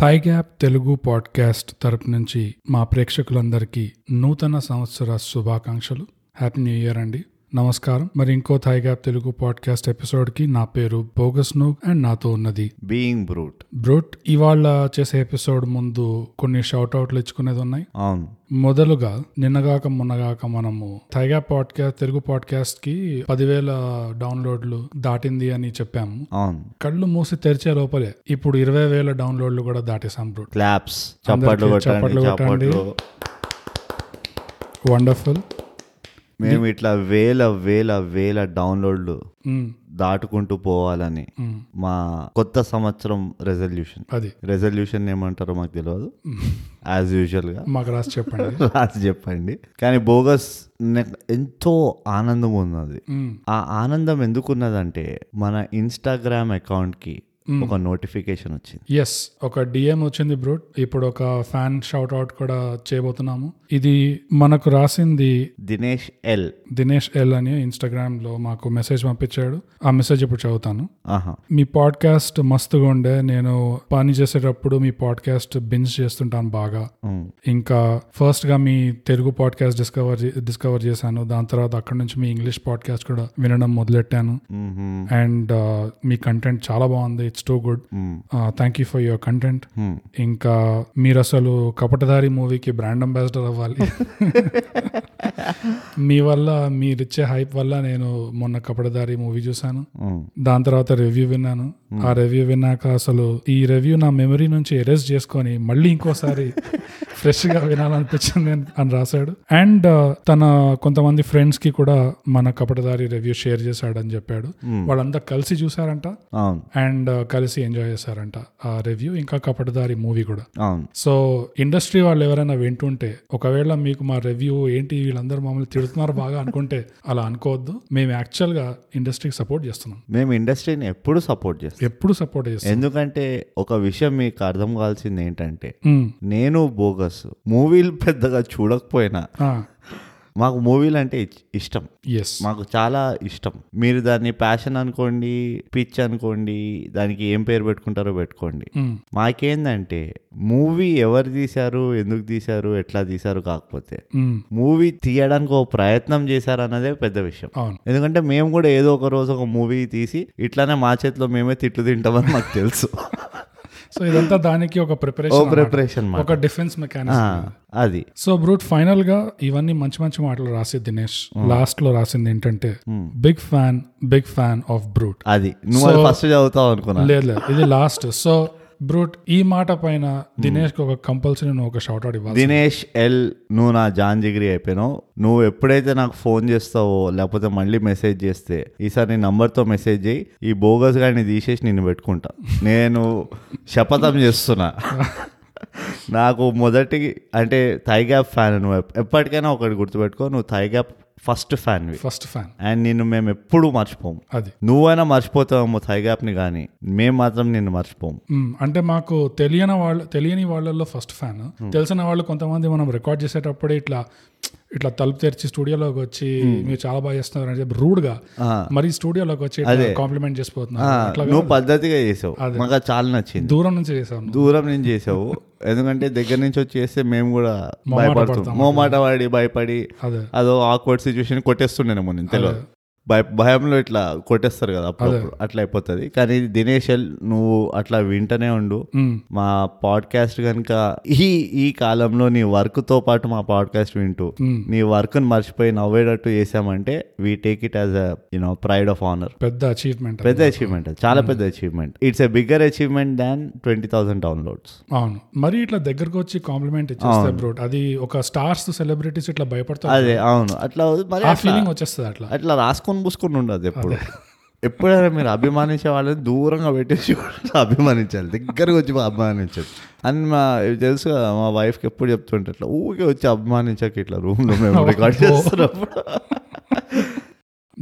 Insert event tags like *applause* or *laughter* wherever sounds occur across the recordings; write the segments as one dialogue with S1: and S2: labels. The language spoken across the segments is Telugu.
S1: థై గ్యాప్ తెలుగు పాడ్కాస్ట్ తరపు నుంచి మా ప్రేక్షకులందరికీ నూతన సంవత్సర శుభాకాంక్షలు హ్యాపీ న్యూ ఇయర్ అండి నమస్కారం మరి ఇంకో థై గ్యాప్ తెలుగు పాడ్కాస్ట్ ఎపిసోడ్కి నా పేరు బోగస్ నూగ్ అండ్ నాతో ఉన్నది
S2: బీయింగ్ బ్రూట్
S1: బ్రూట్ ఇవాళ చేసే ఎపిసోడ్ ముందు కొన్ని షౌట్అవుట్లు ఇచ్చుకునేది ఉన్నాయి
S2: అవును
S1: మొదలుగా నిన్నగాక మొన్నగాక మనము థైగా పాడ్కాస్ట్ తెలుగు పాడ్కాస్ట్ కి పదివేల డౌన్లోడ్లు దాటింది అని చెప్పాము
S2: అవును
S1: కళ్ళు మూసి తెరిచే లోపలే ఇప్పుడు ఇరవై వేల డౌన్లోడ్లు కూడా దాటేసాం బ్రూట్
S2: క్లాప్స్ చప్పట్లు
S1: చప్పట్లు కొట్టండి.
S2: కొట్టండి చప్పట్లు
S1: వండర్ఫుల్
S2: మేము ఇట్లా వేల వేల వేల డౌన్లోడ్లు
S1: Mm,
S2: దాటుకుంటూ పోవాలని మా కొత్త సంవత్సరం రెజల్యూషన్
S1: అది
S2: రెజల్యూషన్ ఏమంటారో మాకు తెలియదు యాజ్ యూజువల్ గా
S1: మాకు రాసి
S2: *laughs*
S1: చెప్పండి
S2: రాసి చెప్పండి కానీ బోగస్ నాకు ఎంతో ఆనందం ఉన్నది
S1: మ్మ్.
S2: ఆ ఆనందం ఎందుకున్నదంటే మన ఇన్స్టాగ్రామ్ అకౌంట్ కి ఒక నోటిఫికేషన్ వచ్చింది
S1: ఎస్ ఒక డిఎం వచ్చింది బ్రూట్ ఇప్పుడు ఒక ఫ్యాన్ షౌట్ అవుట్ కూడా చేయబోతున్నాము ఇది మనకు రాసింది
S2: దినేష్ ఎల్
S1: దినేష్ ఎల్ అని ఇన్స్టాగ్రామ్ లో మాకు మెసేజ్ పంపించాడు ఆ మెసేజ్ ఇప్పుడు చదువుతాను
S2: ఆహా
S1: మీ పాడ్కాస్ట్ మస్తుగా ఉండే నేను పని చేసేటప్పుడు మీ పాడ్కాస్ట్ బింజ్ చేస్తుంటాను బాగా
S2: ఉమ్.
S1: ఇంకా ఫస్ట్ గా మీ తెలుగు పాడ్కాస్ట్ డిస్కవర్ చే- డిస్కవర్ చేశాను దాని తర్వాత అక్కడ నుంచి మీ ఇంగ్లీష్ పాడ్కాస్ట్ కూడా వినడం మొదలెట్టాను
S2: మ్మ్.
S1: అండ్ uh, మీ కంటెంట్ చాలా బాగుంది ఇట్స్ టూ గుడ్
S2: మ్మ్.
S1: Thank you for your content
S2: మ్మ్.
S1: ఇంకా మీరు అసలు కపటధారి మూవీకి బ్రాండ్ అంబాసిడర్ అవ్వాలి మీ వల్ల మీరిచ్చే హైప్ వల్ల నేను మొన్న కపటధారి మూవీ చూశాను
S2: ఉమ్.
S1: దాని తర్వాత రివ్యూ విన్నాను ఆ రివ్యూ విన్నాక అసలు ఈ రివ్యూ నా మెమరీ నుంచి ఎరేజ్ చేసుకొని మళ్ళీ ఇంకోసారి ఫ్రెష్ గా వినాలనిపించింది అని- అని రాశాడు అండ్ తన కొంతమంది ఫ్రెండ్స్ కి కూడా మన కపటదారి రివ్యూ షేర్ చేశాడని చెప్పాడు
S2: Hmm.
S1: వాళ్ళంతా కలిసి చూసారంట
S2: అవును
S1: అండ్ uh, కలిసి ఎంజాయ్ చేశారంట ఆ రివ్యూ ఇంకా కపటదారి మూవీ కూడా
S2: అవును
S1: సో ఇండస్ట్రీ వాళ్ళు ఎవరైనా వింటుంటే ఒకవేళ మీకు మా రివ్యూ ఏంటి వీళ్ళందరూ మమ్మల్ని తిడుతున్నారు బాగా అనుకుంటే *laughs* అలా అనుకోవద్దు మేము యాక్చువల్గా ఇండస్ట్రీకి సపోర్ట్ చేస్తున్నాం
S2: మేము ఇండస్ట్రీని ఎప్పుడు సపోర్ట్ చేస్తాం
S1: ఎప్పుడు సపోర్ట్ చేస్తాం
S2: ఎందుకంటే ఒక విషయం మీకు అర్థం కావాల్సింది ఏంటంటే
S1: ఉమ్,
S2: నేను బోగస్ మూవీలు పెద్దగా చూడకపోయినా
S1: ఆ,
S2: మాకు మూవీలు అంటే ఇచ్- ఇష్టం
S1: ఎస్
S2: మాకు చాలా ఇష్టం మీరు దాన్ని ప్యాషన్ అనుకోండి పిచ్ అనుకోండి దానికి ఏం పేరు పెట్టుకుంటారో పెట్టుకోండి
S1: ఉమ్,
S2: మాకేందంటే మూవీ ఎవరు తీశారు ఎందుకు తీశారు ఎట్లా తీశారు కాకపోతే
S1: ఉమ్,
S2: మూవీ తీయడానికి ఒక ప్రయత్నం చేశారు అన్నదే పెద్ద విషయం
S1: అవును
S2: ఎందుకంటే మేము కూడా ఏదో ఒక రోజు ఒక మూవీ తీసి ఇట్లానే మా చేతిలో మేమే తిట్లు తింటామని మాకు తెలుసు
S1: సో ఇదంతా దానికి ఒక
S2: ఓ
S1: ప్రిపరేషన్
S2: ప్రిపరేషన్ మా
S1: ఒక డిఫెన్స్ మెకానిజం
S2: అది
S1: సో బ్రూట్ ఫైనల్ గా ఇవన్నీ మంచి మంచి మాటలు రాసి దినేష్ లాస్ట్ లో రాసింది ఏంటంటే big fan big fan of brute
S2: అది నువ్వు అది ఫస్ట్ చదువుతావు అనుకున్నా
S1: లేదు లేదు ఇది లాస్ట్ సో బ్రూట్ ఈ మాట పైన దినేష్ కి ఒక కంపల్సరీ నువ్వు ఒక షార్ట్ అవుట్ ఇవ్వాలి
S2: దినేష్ ఎల్ నువ్వు నా జాన్ జిగిరి అయిపోయినావు నువ్వు ఎప్పుడైతే నాకు ఫోన్ చేస్తావో లేకపోతే మళ్ళీ మెసేజ్ చేస్తే ఈసారి నీ నంబర్తో మెసేజ్ చేయి ఈ బోగస్ గాడిని తీసేసి నిన్ను పెట్టుకుంటా నేను శపథం చేస్తున్నా నాకు మొదటి అంటే థైగ్యాప్ ఫ్యాన్ నువ్వు ఎప్ప- ఎప్పటికైనా ఒకటి గుర్తుపెట్టుకో నువ్వు థైగ్యాప్ ఫస్ట్ ఫ్యాన్వి
S1: ఫస్ట్ ఫ్యాన్
S2: అండ్ నిన్ను మేము ఎప్పుడూ మర్చిపోము
S1: అది
S2: నువ్వైనా మర్చిపోతావేమో థైగ్యాప్ని కానీ మేము మాత్రం నిన్ను మర్చిపోము
S1: మ్మ్. అంటే మాకు తెలియని వాళ్ళ తెలియని వాళ్ళల్లో ఫస్ట్ ఫ్యాన్ తెలిసిన వాళ్ళు కొంతమంది మనం రికార్డ్ చేసేటప్పుడే ఇట్లా ఇట్లా తలుపు తెరిచి స్టూడియోలోకి వచ్చి మీరు చాలా బాగా చేస్తున్నారు అని చెప్పి రూడ్ గా మరి స్టూడియోలోకి వచ్చి కాంప్లిమెంట్ చేసిపోతున్నారు
S2: ఆ,
S1: అట్లా
S2: నువ్వు పద్ధతిగా చేసావు మాకు అది చాలా నచ్చింది
S1: దూరం నుంచి చేసాము
S2: దూరం నుంచి చేసావు ఎందుకంటే దగ్గర నుంచి వచ్చి చేస్తే మేము కూడా భయపడుతున్నాం మోమాట పడి భయపడి
S1: అదే
S2: అదో ఆక్వర్డ్ సిచ్యువేషన్ కొట్టేస్తుండేనేమో నేను తెలియదు భయ భయంలో ఇట్లా కొట్టేస్తారు కదా అప్పుడప్పుడు అట్లా అయిపోతుంది కానీ దినేష్ ఎల్, నువ్వు అట్లా వింటనే ఉండు
S1: మ్మ్.
S2: మా పాడ్కాస్ట్ కనుక ఈ ఈ కాలంలో నీ వర్క్తో పాటు మా పాడ్కాస్ట్ వింటూ నీ వర్క్ని మర్చిపోయి నవ్వేటట్టు చేసామంటే we take it as a you know pride of honour
S1: పెద్ద అచీవ్మెంట్
S2: పెద్ద అచీవ్మెంట్ చాలా పెద్ద achievement it's a bigger achievement than twenty thousand downloads
S1: అవును మరి ఇట్లా దగ్గరకు వచ్చి కాంప్లిమెంట్ ఇచ్చేస్తే బ్రోట్ అది ఒక స్టార్స్ సెలబ్రిటీస్ ఇట్లా భయపడతారు
S2: అదే అవును అట్లా అవుతుంది. మరి
S1: ఆ
S2: అట్లా-
S1: ఫీలింగ్ వచ్చేస్తుంది అట్లా
S2: అట్లా రాసుకొని పూసుకొని ఉండదు ఎప్పుడు ఎప్పుడైనా మీరు అభిమానించే వాళ్ళని దూరంగా పెట్టేసి వాళ్ళని అభిమానించాలి దగ్గరకు వచ్చి అభిమానించదు అని మా తెలుసు కదా మా వైఫ్కి ఎప్పుడు చెప్తుంటే ఇట్లా ఊరికే వచ్చి అభిమానించాక ఇట్లా రూమ్లో మేము రికార్డ్ చేస్తున్నప్పుడు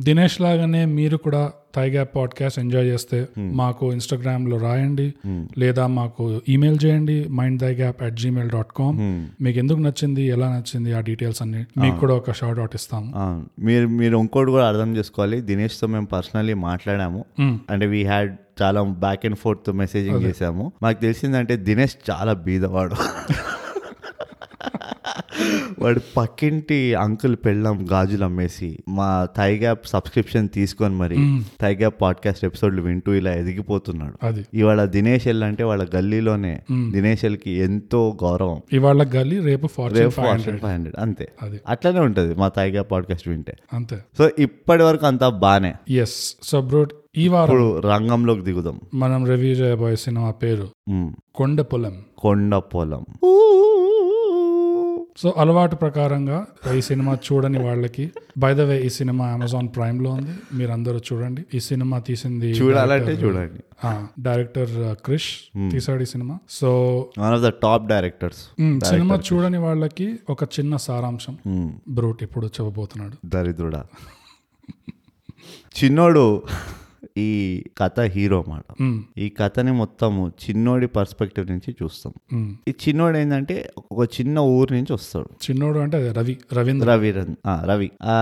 S1: దినేష్ లాగానే మీరు కూడా థైగా పాడ్కాస్ట్ ఎంజాయ్ చేస్తే మాకు ఇన్స్టాగ్రామ్ లో రాయండి లేదా మాకు ఈమెయిల్ చేయండి mind thigh gap at Gmail dot com మీకు ఎందుకు నచ్చింది ఎలా నచ్చింది ఆ డీటెయిల్స్ అన్ని మీకు కూడా ఒక షార్ట్ అవుట్ ఇస్తాము
S2: అవును. మీరు మీరు ఇంకోటి కూడా అర్థం చేసుకోవాలి దినేష్తో మేము పర్సనల్లీ మాట్లాడాము అంటే వీ హ్యాడ్ చాలా బ్యాక్ అండ్ ఫోర్త్ మెసేజింగ్ చేసాము మాకు తెలిసిందంటే దినేష్ చాలా బీదవాడు వాడు పక్కింటి అంకుల్ పెళ్ళాం గాజులు అమ్మేసి మా థై గ్యాప్ సబ్స్క్రిప్షన్ తీసుకొని మరి థై గ్యాప్ పాడ్కాస్ట్ ఎపిసోడ్లు వింటూ ఇలా ఎదిగిపోతున్నాడు
S1: అది
S2: ఇవాళ దినేష్ ఎల్ అంటే వాళ్ళ గల్లీలోనే దినేష్ ఎల్కి ఎంతో గౌరవం
S1: ఇవాళ గల్లీ రేపు ఫార్చ్యూన్
S2: రేపు
S1: ఫైవ్
S2: ఫార్చ్యూన్ ఫైవ్ హండ్రెడ్ అంతే
S1: అది.
S2: అట్లనే ఉంటుంది మా థై గ్యాప్ పాడ్కాస్ట్ వింటే
S1: అంతే
S2: సో ఇప్పటి వరకు అంతా బానే
S1: ఎస్ సో బ్రో ఈ వారం
S2: ఇప్పుడు రంగంలోకి దిగుదాం
S1: మనం రివ్యూ చేయబోయే సినిమా పేరు
S2: మ్మ్.
S1: కొండ పొలం
S2: కొండ పొలం
S1: సో అలవాటు ప్రకారంగా ఈ సినిమా చూడని వాళ్ళకి బై ద వే ఈ సినిమా అమెజాన్ ప్రైమ్ లో ఉంది మీరు అందరూ చూడండి ఈ సినిమా తీసింది
S2: చూడాలంటే Hmm. చూడండి
S1: డైరెక్టర్ క్రిష్ తీసాడు uh, ఈ cinema so
S2: one of the top directors
S1: cinema చూడని వాళ్ళకి ఒక చిన్న సారాంశం బ్రూట్ ఇప్పుడు చెప్పబోతున్నాడు
S2: దరిద్రుడా చిన్నోడు ఈ కథ హీరో మాట
S1: మ్మ్.
S2: ఈ కథని మొత్తము చిన్నోడి పర్స్పెక్టివ్ నుంచి చూస్తాం
S1: మ్మ్.
S2: ఈ చిన్నోడు ఏంటంటే ఒక చిన్న ఊరు నుంచి వస్తాడు
S1: చిన్నోడు అంటే అదే రవి రవీంద్ర
S2: రవిరన్ ఆ, రవి ఆ,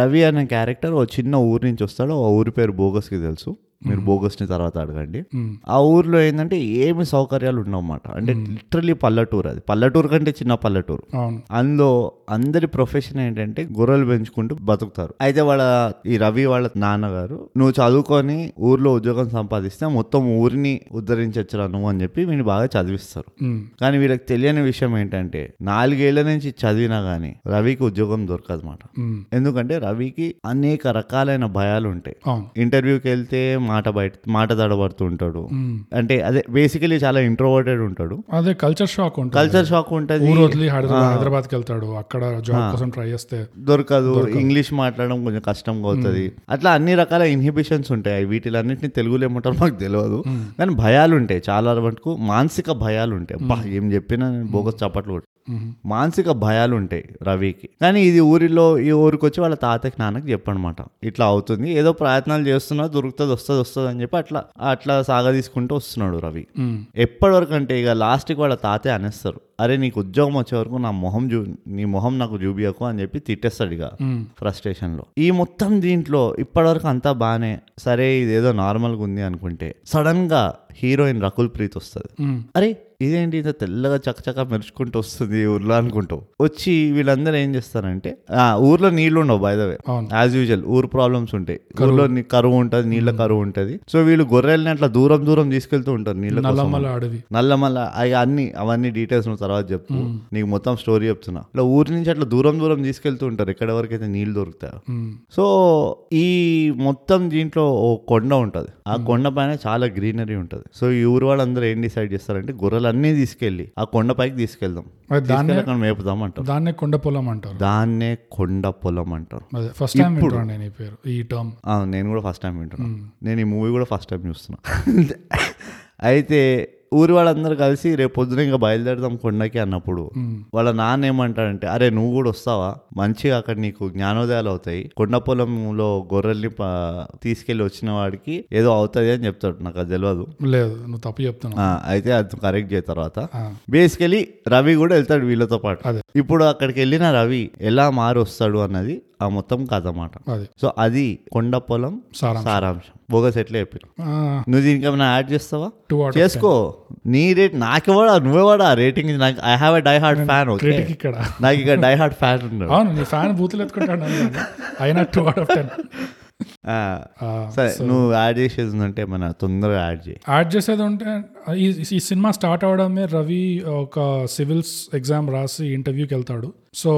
S2: రవి అనే క్యారెక్టర్ ఓ చిన్న ఊరు నుంచి వస్తాడు ఆ ఊరి పేరు బోగస్కి తెలుసు మీరు బోగస్ని తర్వాత అడగండి
S1: మ్మ్.
S2: ఆ ఊర్లో ఏంటంటే ఏమి సౌకర్యాలు ఉండవన్నమాట అంటే లిటరలీ పల్లెటూరు అది పల్లెటూరు కంటే చిన్న పల్లెటూరు
S1: అవును
S2: అందులో అందరి ప్రొఫెషన్ ఏంటంటే గొర్రెలు పెంచుకుంటూ బతుకుతారు అయితే వాళ్ళ ఈ రవి వాళ్ళ నాన్నగారు నువ్వు చదువుకొని ఊర్లో ఉద్యోగం సంపాదిస్తే మొత్తం ఊరిని ఉద్ధరించచ్చురా నువ్వు అని చెప్పి వీడిని బాగా చదివిస్తారు
S1: మ్మ్.
S2: కానీ వీళ్ళకి తెలియని విషయం ఏంటంటే నాలుగేళ్ల నుంచి చదివినా కానీ రవికి ఉద్యోగం దొరకదు అనమాట
S1: మ్మ్.
S2: ఎందుకంటే రవికి అనేక రకాలైన భయాలు ఉంటాయి
S1: అవును
S2: ఇంటర్వ్యూకి వెళ్తే మాట బయట మాట తడబడుతూ ఉంటాడు
S1: మ్మ్.
S2: అంటే అదే బేసికలీ చాలా ఇంట్రోవర్టెడ్ ఉంటాడు
S1: అదే కల్చర్ షాక్ ఉంటుంది
S2: కల్చర్ షాక్ ఉంటుంది
S1: ఊరు వదిలి హైదరాబాద్ హైదరాబాద్కి వెళ్తాడు అక్కడ జాబ్ కోసం ట్రై చేస్తే
S2: దొరకదు ఇంగ్లీష్ మాట్లాడడం కొంచెం కష్టంగా అవుతుంది అట్లా అన్ని రకాల ఇన్హిబిషన్స్ ఉంటాయి వీటిలన్నింటినీ తెలుగులో ఏమంటారు మాకు తెలియదు కానీ భయాలు ఉంటాయి చాలా మటుకు మానసిక భయాలు ఉంటాయి అబ్బా, ఏం చెప్పినా నేను బోగస్ చప్పట్లు కొట్ట
S1: మ్మ్.
S2: మానసిక భయాలు ఉంటాయి రవికి కానీ ఇది ఊరిలో ఈ ఊరికి వచ్చి వాళ్ళ తాతకి నాన్నకి చెప్పనమాట ఇట్లా అవుతుంది ఏదో ప్రయత్నాలు చేస్తున్నా దొరుకుతుంది వస్తుంది వస్తుంది అని చెప్పి అట్లా అట్లా సాగదీసుకుంటూ వస్తున్నాడు రవి
S1: మ్మ్.
S2: ఎప్పటివరకు అంటే ఇక లాస్ట్కి వాళ్ళ తాతే అనేస్తారు అరే నీకు ఉద్యోగం వచ్చే వరకు నా మొహం చూ నీ మొహం నాకు చూపియకు అని చెప్పి తిట్టేస్తాడు ఇక
S1: మ్మ్.
S2: ఫ్రస్ట్రేషన్లో ఈ మొత్తం దీంట్లో ఇప్పటివరకు అంతా బాగానే సరే ఇదేదో నార్మల్గా ఉంది అనుకుంటే సడన్గా హీరోయిన్ రకుల్ ప్రీత్ వస్తుంది
S1: మ్మ్.
S2: అరే ఇదేంటి ఇంత తెల్లగా చకచక మెరుచుకుంటూ వస్తుంది ఈ ఊర్లో అనుకుంటావు వచ్చి వీళ్ళందరూ ఏం చేస్తారంటే ఆ ఊర్లో నీళ్లు ఉండవు బై ద వే
S1: అవును.
S2: యాజ్ యూజువల్ ఊరు ప్రాబ్లమ్స్ ఉంటాయి ఊర్లో నీ- కరువు ఉంటుంది నీళ్ళ కరువు ఉంటుంది సో వీళ్ళు గొర్రెల్ని అట్లా దూరం దూరం తీసుకెళ్తూ ఉంటారు నీళ్ళ కోసం
S1: నల్లమల అడవి
S2: నల్ల మళ్ళా అవి అన్ని అవన్నీ డీటెయిల్స్ నువ్వు తర్వాత చెప్పు నీకు మొత్తం స్టోరీ చెప్తున్నా ఇట్లా ఊరి నుంచి అట్లా దూరం దూరం తీసుకెళ్తూ ఉంటారు ఎక్కడ వరకు అయితే నీళ్ళు దొరుకుతాయో
S1: మ్మ్.
S2: సో ఈ మొత్తం దీంట్లో ఓ కొండ ఉంటుంది ఆ కొండ పైన చాలా గ్రీనరీ ఉంటుంది సో ఈ ఊరు వాళ్ళందరూ ఏం డిసైడ్ చేస్తారంటే గొర్రెలన్నీ తీసుకెళ్ళి ఆ కొండ పైకి తీసుకెళ్దాం
S1: మరి దాన్ని
S2: తీసుకెళ్ళి అక్కడ మేపుదాం అంటారు
S1: దాన్నే కొండ పొలం అంటారు
S2: దాన్నే కొండ పొలం అంటారు
S1: అదే ఫస్ట్ టైం వింటున్నాను నేను ఈ పేరు ఈ టర్మ్
S2: ఆ, నేను కూడా ఫస్ట్ టైం వింటున్నా నేను ఈ మూవీ కూడా ఫస్ట్ టైం చూస్తున్నా అయితే ఊరి వాళ్ళందరూ కలిసి రేపు పొద్దున ఇంకా బయలుదేరదాం కొండకి అన్నప్పుడు వాళ్ళ నాన్న ఏమంటాడంటే అరే నువ్వు కూడా వస్తావా మంచిగా అక్కడ నీకు జ్ఞానోదయాలు అవుతాయి కొండ పొలంలో గొర్రెల్ని ప- తీసుకెళ్ళి వచ్చిన వాడికి ఏదో అవుతుంది అని చెప్తాడు నాకు అది తెలియదు
S1: లేదు నువ్వు తప్పు చెప్తున్నావు
S2: ఆ, అయితే అది కరెక్ట్ చేయ తర్వాత
S1: ఆ.
S2: బేసికలీ రవి కూడా వెళ్తాడు వీళ్ళతో పాటు
S1: అదే.
S2: ఇప్పుడు అక్కడికి వెళ్ళిన రవి ఎలా మారు వస్తాడు అన్నది ఆ మొత్తం కథ మాట
S1: అది
S2: సో అది కొండ పొలం
S1: సారా
S2: సారాంశం బోగస్ ఎట్లా చెప్పిన నువ్వు దీనికి ఏమైనా యాడ్ చేస్తావా
S1: టూ అవుట్
S2: చేసుకో నీ రేట్ నాకెవడా నువ్వెవడా రేటింగ్ ఇది నాకు I have a die hard fan okay
S1: critic ఇక్కడ
S2: నాకు ఇక డై హార్డ్ ఫ్యాన్ ఉన్నాడు
S1: అవును నీ ఫ్యాన్ బూతులు ఎత్తుకుంటాడు అనుకున్నాను. అయినా టూ అవుట్ ఆఫ్ టెన్
S2: ఆ, సరే నువ్వు యాడ్ చేసేది ఉందంటే మన తొందరగా యాడ్ చేయి
S1: యాడ్ చేసేది ఉంటే ఈ ఈ సినిమా స్టార్ట్ అవడమే రవి ఒక సివిల్స్ ఎగ్జామ్ రాసి ఇంటర్వ్యూకి వెళ్తాడు సో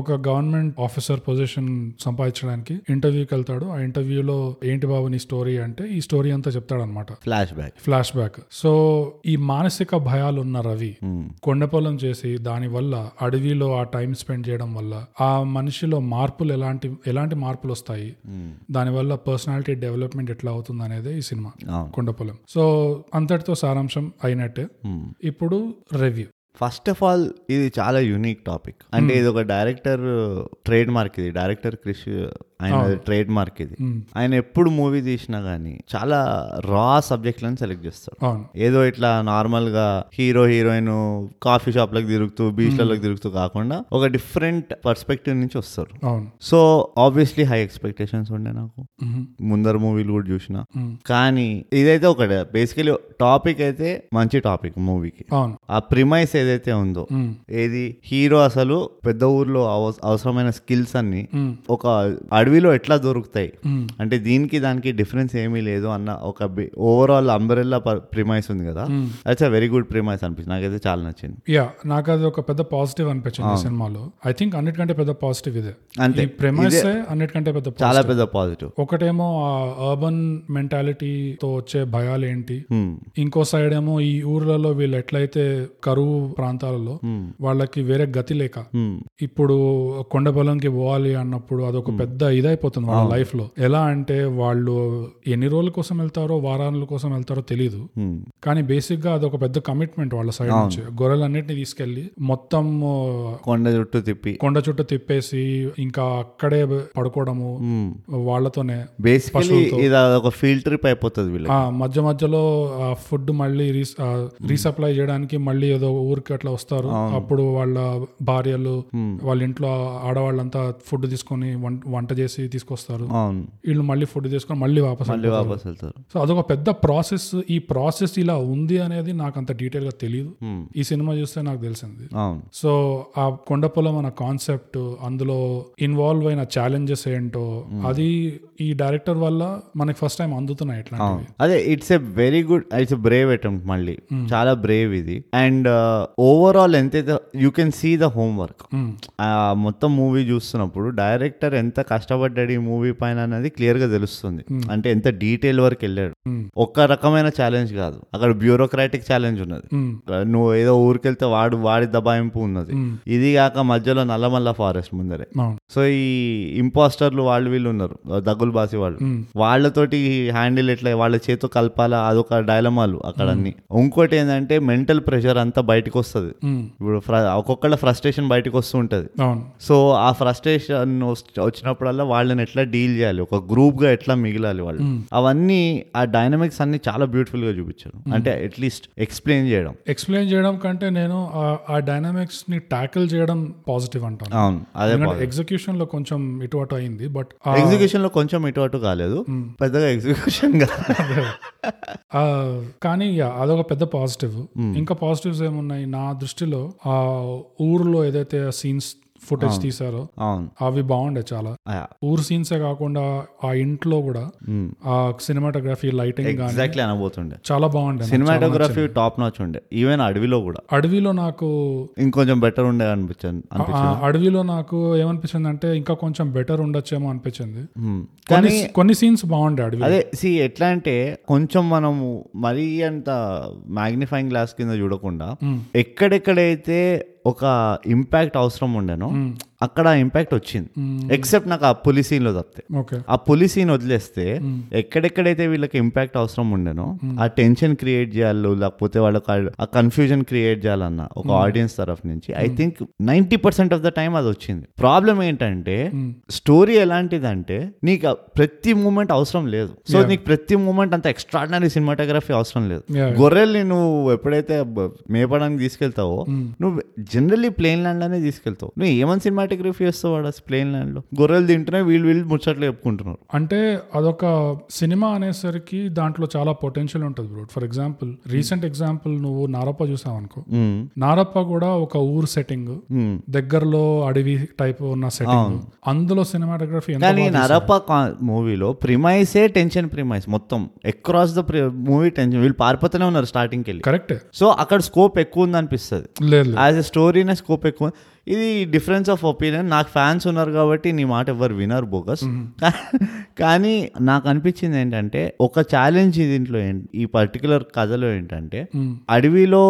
S1: ఒక గవర్నమెంట్ ఆఫీసర్ పొజిషన్ సంపాదించడానికి ఇంటర్వ్యూకి వెళ్తాడు ఆ ఇంటర్వ్యూలో ఏంటి బాబు నీ స్టోరీ అంటే ఈ స్టోరీ అంతా చెప్తాడనమాట
S2: flashback
S1: flashback so ఈ మానసిక భయాలు ఉన్న రవి
S2: Hmm,
S1: కొండపొలం చేసి దాని వల్ల అడవిలో ఆ టైం స్పెండ్ చేయడం వల్ల ఆ మనిషిలో మార్పులు ఎలాంటి ఎలాంటి మార్పులు వస్తాయి దానివల్ల పర్సనాలిటీ డెవలప్మెంట్ ఎట్లా అవుతుంది అనేది ఈ సినిమా
S2: అవును
S1: కొండపొలం సో అంతటితో సారాంశం అయినట్టే ఇప్పుడు రివ్యూ
S2: ఫస్ట్ ఆఫ్ ఆల్ ఇది చాలా యూనిక్ టాపిక్ అంటే ఇది ఒక డైరెక్టర్ ట్రేడ్ మార్క్ ఇది డైరెక్టర్ క్రిష్ ఆయన ట్రేడ్ మార్క్ ఇది ఆయన ఎప్పుడు మూవీ తీసినా కానీ చాలా రా సబ్జెక్ట్లను సెలెక్ట్ చేస్తాడు
S1: అవును
S2: ఏదో ఇట్లా నార్మల్ గా హీరో హీరోయిన్ కాఫీ షాప్లకు తిరుగుతూ బీచ్లలోకి తిరుగుతూ కాకుండా ఒక డిఫరెంట్ పర్స్పెక్టివ్ నుంచి వస్తారు
S1: అవును
S2: సో ఆబ్వియస్లీ హై ఎక్స్పెక్టేషన్స్ ఉండే నాకు
S1: మ్మ్.
S2: ముందర మూవీలు కూడా చూసిన
S1: Hmm.
S2: కానీ ఇదైతే ఒకటే బేసికలీ టాపిక్ అయితే మంచి టాపిక్ మూవీకి
S1: అవును
S2: ఆ ప్రిమైస్ ఏదైతే ఉందో
S1: మ్మ్.
S2: ఏది హీరో అసలు పెద్ద ఊర్లో అవస- అవసరమైన స్కిల్స్ అన్ని
S1: మ్మ్.
S2: ఒక అడవిలో ఎట్లా దొరుకుతాయి
S1: మ్మ్.
S2: అంటే దీనికి దానికి డిఫరెన్స్ ఏమీ లేదు అన్న ఒక ఓవరాల్ అంబరెల్లా ప్రిమైస్ ఉంది కదా అట్స్ వెరీ గుడ్ ప్రిమైస్ అనిపించింది నాకైతే చాలా నచ్చింది
S1: యా నాకు అది ఒక పెద్ద పాజిటివ్ అనిపించింది ఈ సినిమాలో ఐ థింక్ అన్నిటికంటే పెద్ద పాజిటివ్ ఇదే
S2: అంతే.
S1: ఈ premise ఏ అన్నిటికంటే పెద్ద positive.
S2: చాలా పెద్ద పాజిటివ్
S1: ఒకటేమో ఆ అర్బన్ మెంటాలిటీతో వచ్చే భయాలు ఏంటి
S2: Hmm.
S1: ఇంకో సైడ్ ఏమో ఈ ఊర్లలో వీళ్ళు ఎట్లయితే కరువు ప్రాంతాలలో వాళ్ళకి వేరే గతి లేక
S2: Hmm.
S1: ఇప్పుడు కొండబలంకి పోవాలి అన్నప్పుడు అదొక పెద్ద ఇదైపోతుంది వాళ్ళ లైఫ్ లో ఎలా అంటే వాళ్ళు ఎన్ని రోజుల కోసం వెళ్తారో వారాల కోసం వెళ్తారో తెలియదు
S2: Hmm.
S1: కానీ బేసిక్ గా అదొక పెద్ద కమిట్మెంట్ వాళ్ళ సైడ్ నుంచి గొర్రెలన్నిటిని తీసుకెళ్లి మొత్తం ఆ,
S2: కొండ చుట్టూ తిప్పి
S1: కొండ చుట్టూ తిప్పేసి ఇంకా అక్కడే పడుకోవడము వాళ్ళతోనే
S2: బేసికలీ ఇది ఒక ఫీల్డ్ ట్రిప్ అయిపోతుంది వీళ్ళకి
S1: ఆ మధ్య మధ్యలో ఆ ఫుడ్ మళ్ళీ రీస్- ఆ, రీసప్లై చేయడానికి మళ్ళీ ఏదో ఊరికి అట్లా వస్తారు అప్పుడు వాళ్ళ భార్యలు వాళ్ళ ఇంట్లో ఆడవాళ్ళంతా ఫుడ్ తీసుకొని వం- వంట చేసి తీసుకొస్తారు
S2: అవును
S1: వీళ్ళు మళ్ళీ ఫుడ్ తీసుకొని మళ్ళీ వాపస్
S2: మళ్ళీ వాపస్ వెళ్తారు
S1: సో అదొక పెద్ద ప్రాసెస్ ఈ ప్రాసెస్ ఇలా ఉంది అనేది నాకు అంత డీటెయిల్ గా తెలియదు ఈ సినిమా చూస్తే నాకు తెలిసింది
S2: అవును
S1: సో ఆ కొండ పొలం అన్న కాన్సెప్ట్ అందులో ఇన్వాల్వ్ అయిన ఛాలెంజెస్ ఏంటో అది ఈ డైరెక్టర్ వల్ల మనకి ఫస్ట్ టైం అందుతున్నాయి ఇట్లాంటివి
S2: అదే it's a very good it's brave attempt మళ్ళీ చాలా బ్రేవ్ ఇది అండ్ ఓవరాల్ ఎంతైతే you can see the homework
S1: Mm.
S2: ఆ మొత్తం మూవీ చూస్తున్నప్పుడు డైరెక్టర్ ఎంత కష్టపడ్డాడు ఈ మూవీ పైన అనేది క్లియర్ గా తెలుస్తుంది అంటే ఎంత డీటెయిల్ వరకు వెళ్ళాడు
S1: Mm.
S2: ఒక్క రకమైన ఛాలెంజ్ కాదు అక్కడ బ్యూరోక్రాటిక్ ఛాలెంజ్ ఉన్నది
S1: Mm.
S2: నువ్వు ఏదో ఊరికెళ్తే వాడు వాడి దబాయింపు ఉన్నది ఇది కాక మధ్యలో నల్లమల్ల ఫారెస్ట్ ముందరే
S1: అవును
S2: సో ఈ ఇంపాస్టర్లు వాళ్ళు వీళ్ళు ఉన్నారు దగ్గులు బాసి వాళ్ళు వాళ్ళతోటి హ్యాండిల్ ఎట్లా వాళ్ళ చేతితో కలపాలా అదొక డైలమాలు అక్కడ అన్ని ఇంకోటి ఏంటంటే మెంటల్ ప్రెషర్ అంతా బయటకు వస్తుంది
S1: Mm.
S2: ఇప్పుడు ఫ్ర- ఒక్కొక్కళ్ళ ఫ్రస్ట్రేషన్ బయటకు వస్తూ ఉంటుంది
S1: అవును
S2: సో ఆ ఫ్రస్ట్రేషన్ వచ్చినప్పుడల్లా వాళ్ళని ఎట్లా డీల్ చేయాలి ఒక గ్రూప్ గా ఎట్లా మిగిలాలి వాళ్ళు అవన్నీ ఆ డైనమిక్స్ అన్ని చాలా బ్యూటిఫుల్ గా చూపించారు అంటే అట్లీస్ట్ ఎక్స్ప్లెయిన్ చేయడం
S1: ఎక్స్ప్లెయిన్ చేయడం కంటే నేను ఆ- ఆ డైనామిక్స్ ని టాకిల్ చేయడం పాజిటివ్ అంటాను
S2: అవును అదే
S1: ఎగ్జిక్యూషన్ లో కొంచెం ఇటు అటు అయింది బట్
S2: ఎగ్జిక్యూషన్ లో కొంచెం ఇటు అటు కాలేదు పెద్దగా ఎగ్జిక్యూషన్ కాదు
S1: కానీ yeah, అదొక పెద్ద పాజిటివ్ ఇంకా పాజిటివ్స్ ఏమున్నాయి నా దృష్టిలో ఆ ఊర్లో ఏదైతే సీన్స్ ఫుటేజ్ తీసారో
S2: అవును
S1: అవి బాగుండే చాలా
S2: Yeah.
S1: ఊరు సీన్సే కాకుండా ఆ ఇంట్లో కూడా ఆ సినిమాటోగ్రఫీ లైటింగ్ కానీ
S2: ఎగ్జాక్ట్లీ అనబోతుండే
S1: చాలా బాగుండే
S2: సినిమాటోగ్రఫీ టాప్ నాచ్ ఉండే ఈవెన్ అడవిలో కూడా
S1: అడవిలో నాకు
S2: ఇంకొంచెం బెటర్ ఉండే అనిపించాను
S1: ఆ
S2: అనిపించింది
S1: అడవిలో నాకు ఏమనిపించింది అంటే ఇంకా కొంచెం బెటర్ ఉండొచ్చేమో అనిపించింది
S2: Hmm.
S1: కొన్ని కొన్ని సీన్స్ బాగుండే అడవి
S2: అదే సి ఎట్లా అంటే కొంచెం మనము మరీ అంత మ్యాగ్నిఫైయింగ్ గ్లాస్ కింద చూడకుండా ఎక్కడెక్కడైతే ఒక ఇంపాక్ట్ అవసరం ఉండేనో అక్కడ ఇంపాక్ట్ వచ్చింది ఎక్సెప్ట్ నాకు ఆ పులి scene లో తప్పితే
S1: ఓకే
S2: ఆ పులి సీన్ వదిలేస్తే ఎక్కడెక్కడైతే వీళ్ళకి ఇంపాక్ట్ అవసరం ఉండేనో ఆ టెన్షన్ క్రియేట్ చేయాలో లేకపోతే వాళ్ళకి ఆ- ఆ కన్ఫ్యూజన్ క్రియేట్ చేయాలన్న ఒక ఆడియన్స్ తరఫు నుంచి I think ninety percent of the time అది వచ్చింది ప్రాబ్లం ఏంటంటే స్టోరీ ఎలాంటిదంటే నీకు ఆ ప్రతి మూమెంట్ అవసరం లేదు సో నీకు ప్రతి మూమెంట్ అంత ఎక్స్ట్రాడినరీ సినిమాటోగ్రఫీ అవసరం లేదు
S1: Yeah.
S2: గొర్రెల్ని నువ్వు ఎప్పుడైతే బ- మేపడానికి తీసుకెళ్తావో
S1: Hmm.
S2: నువ్వు జనరల్లీ ప్లేన్ ల్యాండ్ అనే తీసుకెళ్తావు నువ్వు ఏమని సినిమాటోగ్రఫీ చేస్తావు వాడు ప్లేన్ ల్యాండ్ లో గొర్రెలు తింటున్నాయి వీళ్ళు వీళ్ళు ముచ్చట్లు చెప్పుకుంటున్నారు
S1: అంటే అదొక సినిమా అనేసరికి దాంట్లో చాలా పొటెన్షియల్ ఉంటుంది bro for example recent example నువ్వు నారప్ప చూసావు అనుకో
S2: మ్మ్.
S1: నారప్ప కూడా ఒక ఊరు సెట్టింగ్
S2: మ్మ్.
S1: దగ్గరలో అడవి టైప్ ఉన్న సెట్టింగ్ అందులో సినిమాటోగ్రఫీ ఎంత
S2: కానీ నరప మూవీలో ప్రిమైసే టెన్షన్ ప్రిమైస్ మొత్తం అక్రాస్ ద మూవీ టెన్షన్ వీళ్ళు పారిపోతూనే ఉన్నారు స్టార్టింగ్కి వెళ్ళి
S1: కరెక్టే
S2: సో అక్కడ స్కోప్ ఎక్కువ ఉంది అనిపిస్తుంది
S1: లేదు లేదు.
S2: యాజ్ ఎ స్టోరీనే స్కోప్ ఎక్కువ ఇది డిఫరెన్స్ ఆఫ్ ఒపీనియన్ నాకు ఫ్యాన్స్ ఉన్నారు కాబట్టి నీ మాట ఎవరు వినరు బోగస్ *laughs* కానీ నాకు అనిపించింది ఏంటంటే ఒక ఛాలెంజ్ దీంట్లో ఏంటి ఈ పర్టికులర్ కథలో ఏంటంటే అడవిలో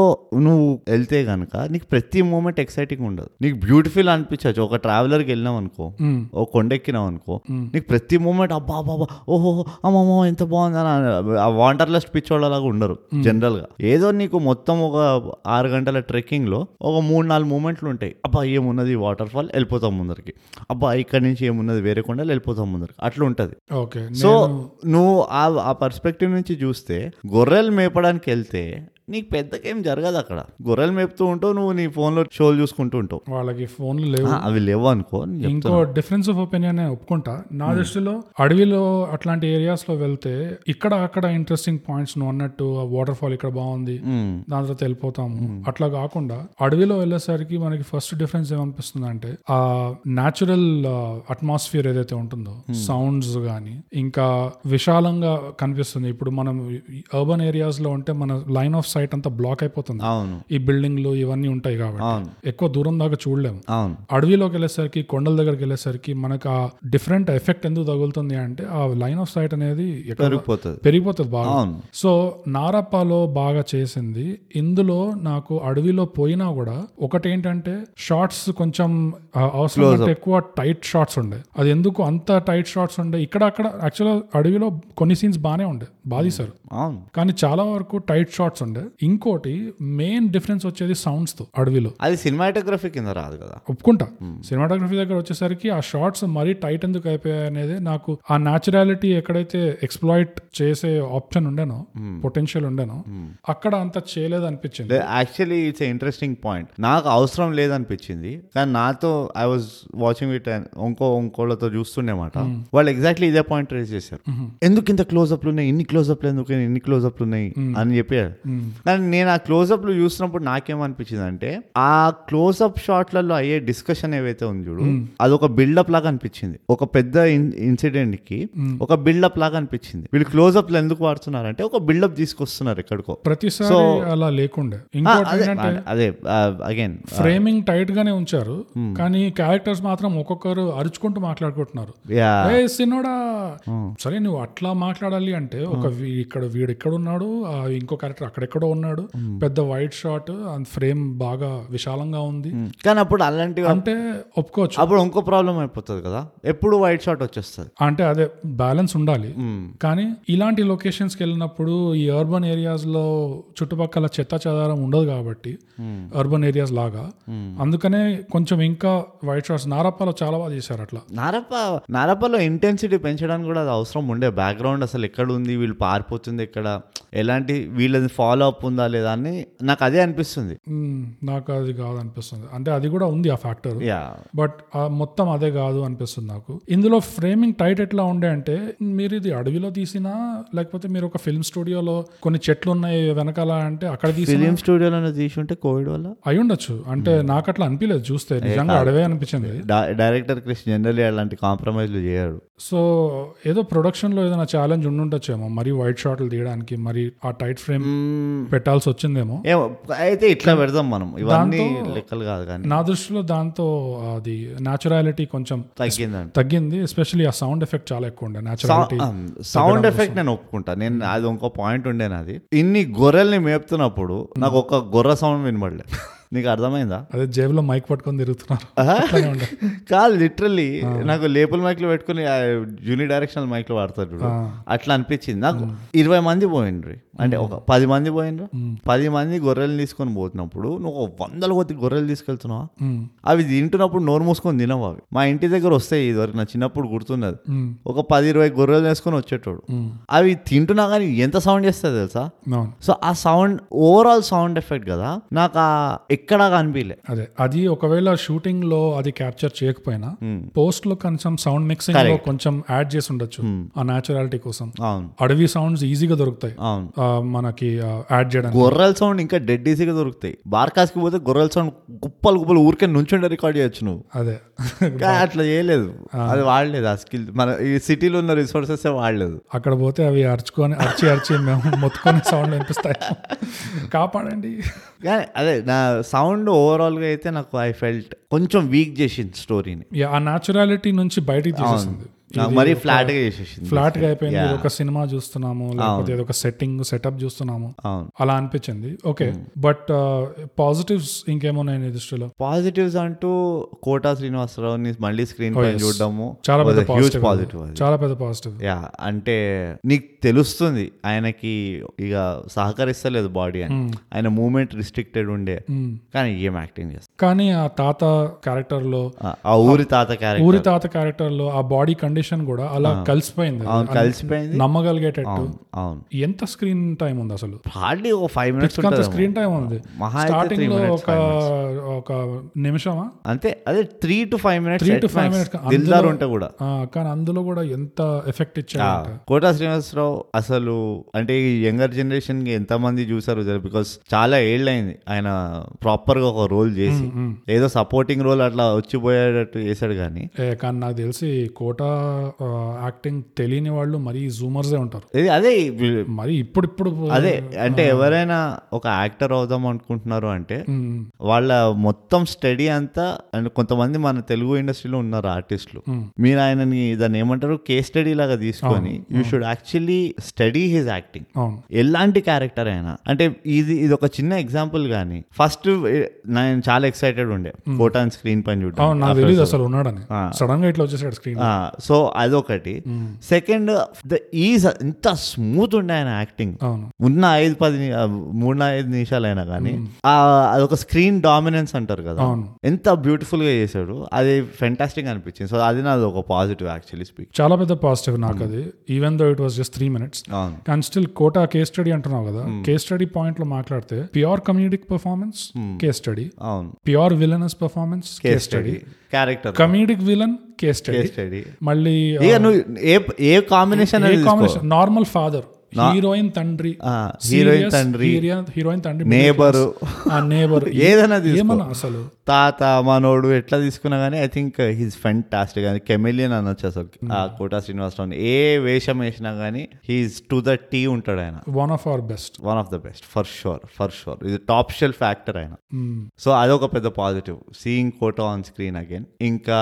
S2: నువ్వు వెళ్తే గనక నీకు ప్రతి మూమెంట్ ఎక్సైటింగ్ ఉండదు నీకు బ్యూటిఫుల్ అనిపించవచ్చు ఒక ట్రావెలర్కి వెళ్ళినాం అనుకో
S1: మ్మ్.
S2: ఓ కొండ ఎక్కినాం అనుకో నీకు ప్రతి మూమెంట్ అబ్బా బాబా ఓహో అమ్మమ్మో ఎంత బాగుంది అని అన- ఆ వాంటర్లెస్ట్ పిచ్చోళ్ళలాగా ఉండరు జనరల్ గా ఏదో నీకు మొత్తం ఒక ఆరు గంటల ట్రెక్కింగ్ లో ఒక మూడు నాలుగు మూమెంట్లు ఉంటాయి అబ్బా ఏమున్నది వాటర్ ఫాల్ వెళ్ళిపోతాం ముందరికి అబ్బా ఇక్కడ నుంచి ఏమున్నది వేరే కొండలు వెళ్ళిపోతాం ముందరికి అట్లా ఉంటుంది
S1: ఓకే
S2: సో నువ్వు ఆ ఆ పర్స్పెక్టివ్ నుంచి చూస్తే గొర్రెలు మేపడానికి వెళ్తే నీకు పెద్దగా ఏం జరగదు అక్కడ గొర్రెలు మేపుతూ ఉంటావు నువ్వు నీ ఫోన్లో షోలు చూసుకుంటూ ఉంటావు
S1: వాళ్ళకి ఫోన్లు లేవు
S2: ఆ, అవి లేవు అనుకో నేను చెప్తా.
S1: ఇంకో డిఫరెన్స్ ఆఫ్ ఒపీనియన్ ఒప్పుకుంటా నా దృష్టిలో అడవిలో అట్లాంటి ఏరియాస్ లో వెళ్తే ఇక్కడ అక్కడ ఇంట్రెస్టింగ్ పాయింట్స్ నువ్వు అన్నట్టు ఆ వాటర్ ఫాల్ ఇక్కడ బాగుంది
S2: మ్మ్.
S1: దాని తర్వాత వెళ్ళిపోతాము అట్లా కాకుండా అడవిలో వెళ్ళేసరికి మనకి ఫస్ట్ డిఫరెన్స్ ఏమనిపిస్తుంది అంటే ఆ న్యాచురల్ అట్మాస్ఫియర్ ఏదైతే ఉంటుందో సౌండ్స్ కానీ ఇంకా విశాలంగా కనిపిస్తుంది ఇప్పుడు మనం అర్బన్ ఏరియాస్ లో ఉంటే మన లైన్ ఆఫ్ సైట్ అంతా బ్లాక్ అయిపోతుంది
S2: అవును
S1: ఈ బిల్డింగ్లు ఇవన్నీ ఉంటాయి కాబట్టి
S2: అవును
S1: ఎక్కువ దూరం దాకా చూడలేము
S2: అవును
S1: అడవిలోకి వెళ్ళేసరికి కొండల దగ్గరికి వెళ్ళేసరికి మనకు ఆ డిఫరెంట్ ఎఫెక్ట్ ఎందుకు తగులుతుంది అంటే ఆ లైన్ ఆఫ్ సైట్ అనేది ఎక్కడ
S2: పెరిగిపోతుంది
S1: పెరిగిపోతుంది బాగా
S2: అవును
S1: సో నారప్పలో బాగా చేసింది ఇందులో నాకు అడవిలో పోయినా కూడా ఒకటేంటంటే షార్ట్స్ కొంచెం ఆ, అవసరం కంటే ఎక్కువ టైట్ షార్ట్స్ ఉండే అది ఎందుకు అంత టైట్ షార్ట్స్ ఉండే ఇక్కడ అక్కడ యాక్చువల్గా అడవిలో కొన్ని సీన్స్ బాగానే ఉండే బాధీసారు
S2: అవును
S1: కానీ చాలా వరకు టైట్ షార్ట్స్ ఉండే ఇంకోటి మెయిన్ డిఫరెన్స్ వచ్చేది సౌండ్స్ తో అడవిలో
S2: అది సినిమాటోగ్రఫీ కింద రాదు కదా
S1: ఒప్పుకుంటా సినిమాటోగ్రఫీ దగ్గర వచ్చేసరికి ఆ షార్ట్స్ మరీ టైట్ ఎందుకు అయిపోయాయి అనేది నాకు ఆ న్యాచురాలిటీ ఎక్కడైతే ఎక్స్ప్లాయిట్ చేసే ఆప్షన్ ఉండేనో పొటెన్షియల్ ఉండేనో అక్కడ అంత చేయలేదు అనిపించింది
S2: యాక్చువల్లీ ఇట్స్ ఇంట్రెస్టింగ్ పాయింట్ నాకు అవసరం లేదనిపించింది కానీ నాతో ఐ వాజ్ వాచింగ్ ఇట్ ఇంకో ఇంకోళ్ళతో చూస్తుండేమాట వాళ్ళు ఎగ్జాక్ట్లీ ఇదే పాయింట్ రేస్ చేశారు ఎందుకు ఇంత క్లోజ్అప్లు ఉన్నాయి ఇన్ని క్లోజ్అప్లు ఎందుకు ఇన్ని క్లోజ్అప్లు ఉన్నాయి అని చెప్పారు కానీ నేను ఆ క్లోజ్అప్లు చూసినప్పుడు నాకేమనిపించింది అంటే ఆ క్లోజ్అప్ షాట్లలో అయ్యే డిస్కషన్ ఏవైతే ఉంది చూడు అదొక బిల్డప్ లాగా అనిపించింది ఒక పెద్ద ఇన్సిడెంట్ కి ఒక బిల్డప్ లాగా అనిపించింది వీళ్ళు క్లోజ్అప్లు ఎందుకు వాడుతున్నారంటే ఒక బిల్డప్ తీసుకొస్తున్నారు ఎక్కడికో
S1: ప్రతిసారి అలా లేకుండే ఇంకోటి
S2: అదే
S1: ఏంటంటే
S2: అదే అగైన్
S1: ఫ్రేమింగ్ టైట్ గానే ఉంచారు కానీ క్యారెక్టర్స్ మాత్రం ఒక్కొక్కరు అరుచుకుంటూ మాట్లాడుకుంటున్నారు
S2: యా
S1: ఏ సినోడా సరే నువ్వు అట్లా మాట్లాడాలి అంటే ఒక వీ- ఇక్కడ వీడు ఇక్కడ ఉన్నాడు ఆ ఇంకో క్యారెక్టర్ అక్కడెక్కడో ఉన్నాడు పెద్ద వైట్ షాట్ అండ్ ఫ్రేమ్ బాగా విశాలంగా ఉంది
S2: కానీ అప్పుడు అలాంటివి
S1: అంటే ఒప్పుకోవచ్చు
S2: అప్పుడు ఇంకో ప్రాబ్లం అయిపోతుంది కదా ఎప్పుడు వైట్ షాట్ వచ్చేస్తుంది
S1: అంటే అదే బ్యాలెన్స్ ఉండాలి కానీ ఇలాంటి లొకేషన్స్కి వెళ్ళినప్పుడు ఈ అర్బన్ ఏరియాస్ లో చుట్టుపక్కల చెత్త చెదారం ఉండదు కాబట్టి అర్బన్ ఏరియాస్ లాగా అందుకనే కొంచెం ఇంకా వైట్ షాట్స్ నారప్పలో చాలా బాగా చేశారు అట్లా
S2: నారప్ప నారప్పలో ఇంటెన్సిటీ పెంచడానికి కూడా అది అవసరం ఉండే బ్యాక్గ్రౌండ్ అసలు ఎక్కడ ఉంది వీళ్ళు పారిపోతుంది ఎక్కడ ఎలాంటి వీళ్ళది ఫాలో అప్ ఉందా లేదా అని నాకు అదే అనిపిస్తుంది
S1: మ్మ్. Hmm, నాకు అది కాదనిపిస్తుంది అంటే అది కూడా ఉంది ఆ ఫ్యాక్టర్
S2: యా
S1: బట్ ఆ మొత్తం అదే కాదు అనిపిస్తుంది నాకు ఇందులో ఫ్రేమింగ్ టైట్ ఎట్లా ఉండే అంటే మీరు ఇది అడవిలో తీసినా లేకపోతే మీరు ఒక ఫిల్మ్ స్టూడియోలో కొన్ని చెట్లు ఉన్నాయి వెనకాల అంటే అక్కడ తీసి
S2: ఫిలిం స్టూడియోలో తీసి ఉంటే కోవిడ్ వల్ల
S1: అయి ఉండొచ్చు అంటే నాకు అట్లా అనిపించలేదు చూస్తే నిజంగా అడవే అనిపించింది
S2: డైరెక్టర్ కృష్ణ జనరల్లీ అలాంటి కాంప్రమైజ్లు చేయడు
S1: సో ఏదో production లో ఏదైనా ఛాలెంజ్ ఉండుండొచ్చేమో మరి వైట్ షాట్లు తీయడానికి మరి ఆ టైట్ ఫ్రేమ్
S2: Hmm.
S1: పెట్టాల్సి వచ్చిందేమో
S2: ఏమో అయితే ఇట్లా పెడదాం మనం ఇవన్నీ లెక్కలు కాదు కానీ
S1: నా దృష్టిలో దాంతో అది న్యాచురాలిటీ కొంచెం
S2: తగ్గిందంట
S1: తగ్గింది ఎస్పెషల్లీ ఆ సౌండ్ ఎఫెక్ట్ చాలా ఎక్కువ ఉండే న్యాచురాలిటీ
S2: సౌండ్ ఎఫెక్ట్ um, నేను ఒప్పుకుంటా నేను అది ఇంకో పాయింట్ ఉండే నాది ఇన్ని గొర్రెల్ని మేపుతున్నప్పుడు నాకు ఒక గొర్ర సౌండ్ వినబడలే నీకు అర్థమైందా
S1: అదే జేబులో మైక్ పట్టుకొని తిరుగుతున్నారు
S2: ఆహా.
S1: అట్లానే ఉండే.
S2: కాదు లిటరల్లీ నాకు లేపుల మైక్లు పెట్టుకుని యూని డైరెక్షనల్ మైక్లు వాడతారు చూడు అట్లా అనిపించింది నాకు ఇరవై మంది పోయిండ్రి అంటే ఒక పది మంది పోయిండ్రు పది మంది గొర్రెలు తీసుకొని పోతున్నప్పుడు నువ్వు ఒక వందల కొద్ది గొర్రెలు తీసుకెళ్తున్నావా
S1: మ్,
S2: అవి తింటున్నప్పుడు నోరు మూసుకొని తినవు అవి మా ఇంటి దగ్గర వస్తాయి ఇదివరకు నా చిన్నప్పుడు గుర్తున్నది
S1: మ్,
S2: ఒక పది ఇరవై గొర్రెలు వేసుకొని వచ్చేటోడు
S1: మ్.
S2: అవి తింటున్నా కానీ ఎంత సౌండ్ చేస్తుంది తెలుసా
S1: అవును
S2: సో ఆ సౌండ్ ఓవరాల్ సౌండ్ ఎఫెక్ట్ కదా నాకు ఆ ఎక్కడా కనిపించలే
S1: అదే అది ఒకవేళ షూటింగ్ లో అది క్యాప్చర్ చేయకపోయినా
S2: మ్.
S1: పోస్ట్ లో కొంచెం సౌండ్ మిక్సింగ్ లో కొంచెం యాడ్ చేసి ఉండొచ్చు ఆ న్యాచురాలిటీ కోసం
S2: అవును
S1: అడవి సౌండ్స్ ఈజీగా దొరుకుతాయి
S2: అవును
S1: ఆ, మనకి యాడ్ చేయడానికి
S2: గొర్రెల సౌండ్ ఇంకా డెడ్ ఈజీగా దొరుకుతాయి బార్కాస్కి పోతే గొర్రెల సౌండ్ గుప్పలు గుప్పలు ఊరికే నుంచుండే రికార్డ్ చేయొచ్చు నువ్వు
S1: అదే
S2: కానీ అట్లా చేయలేదు అది వాడలేదు ఆ స్కిల్ మన ఈ సిటీలో ఉన్న రిసోర్సెస్ వాడలేదు
S1: అక్కడ పోతే అవి అరుచుకొని అరిచి అరిచి మేము మొత్తుకొని సౌండ్ వినిపిస్తాయి కాపాడండి
S2: కానీ అదే నా సౌండ్ ఓవరాల్గా అయితే నాకు ఐ ఫెల్ట్ కొంచెం వీక్ చేసింది స్టోరీని
S1: Yeah, ఆ న్యాచురాలిటీ నుంచి బయటికి తీసేసింది
S2: నాకు మరీ ఫ్లాట్ గా చేసేసింది
S1: ఫ్లాట్ గా అయిపోయింది ఇది ఒక సినిమా చూస్తున్నాము లేకపోతే ఇది ఒక సెట్టింగ్ సెటప్ చూస్తున్నాము
S2: అవును
S1: అలా అనిపించింది ఓకే బట్ పాజిటివ్స్ ఇంకేమున్నాయి దృష్టిలో
S2: పాజిటివ్స్ అంటూ కోటా శ్రీనివాసరావుని మళ్ళీ స్క్రీన్ పై చూడడము
S1: చాలా పెద్ద
S2: హ్యూజ్
S1: పాజిటివ్
S2: పాజిటివ్ అది
S1: చాలా పెద్ద పాజిటివ్
S2: యా అంటే నీకు తెలుస్తుంది ఆయనకి ఇక సహకరిస్తలేదు బాడీ అని
S1: Hmm.
S2: ఆయన మూమెంట్ రిస్ట్రిక్టెడ్ ఉండే కానీ ఏం యాక్టింగ్ చేస్తా
S1: కానీ ఆ తాత క్యారెక్టర్ లో
S2: ఆ- ఆ ఊరి తాత క్యారెక్టర్
S1: ఊరి తాత క్యారెక్టర్ లో ఆ బాడీ కండిషన్ కూడా అలా కలిసిపోయింది
S2: అవును కలిసిపోయింది
S1: నమ్మగలిగేటట్టు
S2: అవును, అవును
S1: ఎంత స్క్రీన్ టైం ఉంది అసలు
S2: హార్డ్లీ ఒక ఫైవ్ మినిట్స్
S1: అంత
S2: ఉంటుంది
S1: స్క్రీన్ టైం ఉంది
S2: మహా అయితే
S1: స్టార్టింగ్
S2: three
S1: లో
S2: minutes,
S1: ఒక ఒక నిమిషమా
S2: అంతే అదే three to five minutes
S1: three to five minutes
S2: దిల్దార్ ఉంటే కూడా
S1: ఆ, కానీ అందులో కూడా ఎంత ఎఫెక్ట్ ఇచ్చాడు
S2: కోటా శ్రీనివాసరావు అసలు అంటే ఈ యంగర్ జనరేషన్ కి ఎంత మంది చూసారు బికాస్ చాలా ఏళ్ళు అయింది ఆయన ప్రాపర్ గా ఒక రోల్ చేసి ఏదో సపోర్టింగ్ రోల్ అట్లా వచ్చిపోయేటట్టు చేశాడు కానీ
S1: ఏ, కానీ నాకు తెలిసి కోట యాక్టింగ్ తెలియని వాళ్ళు మరీ జూమర్సే ఉంటారు
S2: ఇది అదే
S1: మరి ఇప్పుడు ఇప్పుడు
S2: అదే అంటే ఎవరైనా ఒక యాక్టర్ అవుదాం అనుకుంటున్నారు అంటే
S1: మ్మ్.
S2: వాళ్ళ మొత్తం స్టడీ అంతా అండ్ కొంతమంది మన తెలుగు ఇండస్ట్రీలో ఉన్నారు ఆర్టిస్టులు
S1: Hmm.
S2: మీరు ఆయనని దాన్ని ఏమంటారు కేస్ స్టడీ లాగా తీసుకొని
S1: Hmm.
S2: You should actually study his acting
S1: అవును
S2: ఎలాంటి క్యారెక్టర్ అయినా అంటే ఇది ఇది ఒక చిన్న ఎగ్జాంపుల్ కానీ ఫస్ట్ నేను చాలా ఎక్సైటెడ్ ఉండే ఫోటో అండ్ స్క్రీన్ పైన చూడటం
S1: Hmm. అవును నాకు తెలియదు అసలు ఉన్నాడని సడన్ గా ఇట్లా వచ్చేసాడు స్క్రీన్
S2: సో అదొకటి
S1: Hmm.
S2: సెకండ్ ద ఈజ్ ఎంత స్మూత్ ఉండే ఆయన యాక్టింగ్
S1: అవును
S2: ఉన్న ఐదు పది ని- ఆ, మూడు నా ఐదు నిమిషాలైనా కానీ ఆ అదొక స్క్రీన్ డామినెన్స్ అంటారు కదా
S1: అవును
S2: ఎంత బ్యూటిఫుల్ గా చేశాడు అది ఫెంటాస్టిక్ అనిపించింది సో అది నాది ఒక పాజిటివ్ యాక్చువల్లీ స్పీక్
S1: చాలా పెద్ద పాజిటివ్ నాకు అది even though it was just three minutes
S2: అవును
S1: కానీ స్టిల్ కోటా కేస్ స్టడీ అంటున్నావు కదా
S2: Hmm.
S1: కేస్ స్టడీ పాయింట్ లో మాట్లాడితే pure communique performance
S2: Hmm.
S1: Case study
S2: అవును
S1: pure villainous performance case study
S2: character
S1: communique villain case study
S2: study
S1: మళ్ళీ uh,
S2: ఇక నువ్వు ఏ ఏ combination
S1: combination normal father heroine తండ్రి
S2: హీరోయిన్ తండ్రి
S1: హీరోయిన్ తండ్రి
S2: నేబర్
S1: ఆ నేబర్
S2: *laughs* ఏదైనా తీసుకో
S1: ఏమన్నా అసలు
S2: తాత మనోడు ఎట్లా తీసుకున్నా కానీ ఐ థింక్ హీస్ ఫెంటాస్టిక్ అని కెమెలియన్ అనొచ్చు అసలు ఆ కోటా శ్రీనివాసరావు ఏ వేషం వేసినా కానీ హీస్ టు ద టీ ఉంటాడు ఆయన
S1: one of our best
S2: one of the best for sure for sure ఇది టాప్ షెల్ ఫ్యాక్టర్ ఆయన
S1: Hmm.
S2: సో అదొక పెద్ద positive seeing Kota on screen again ఇంకా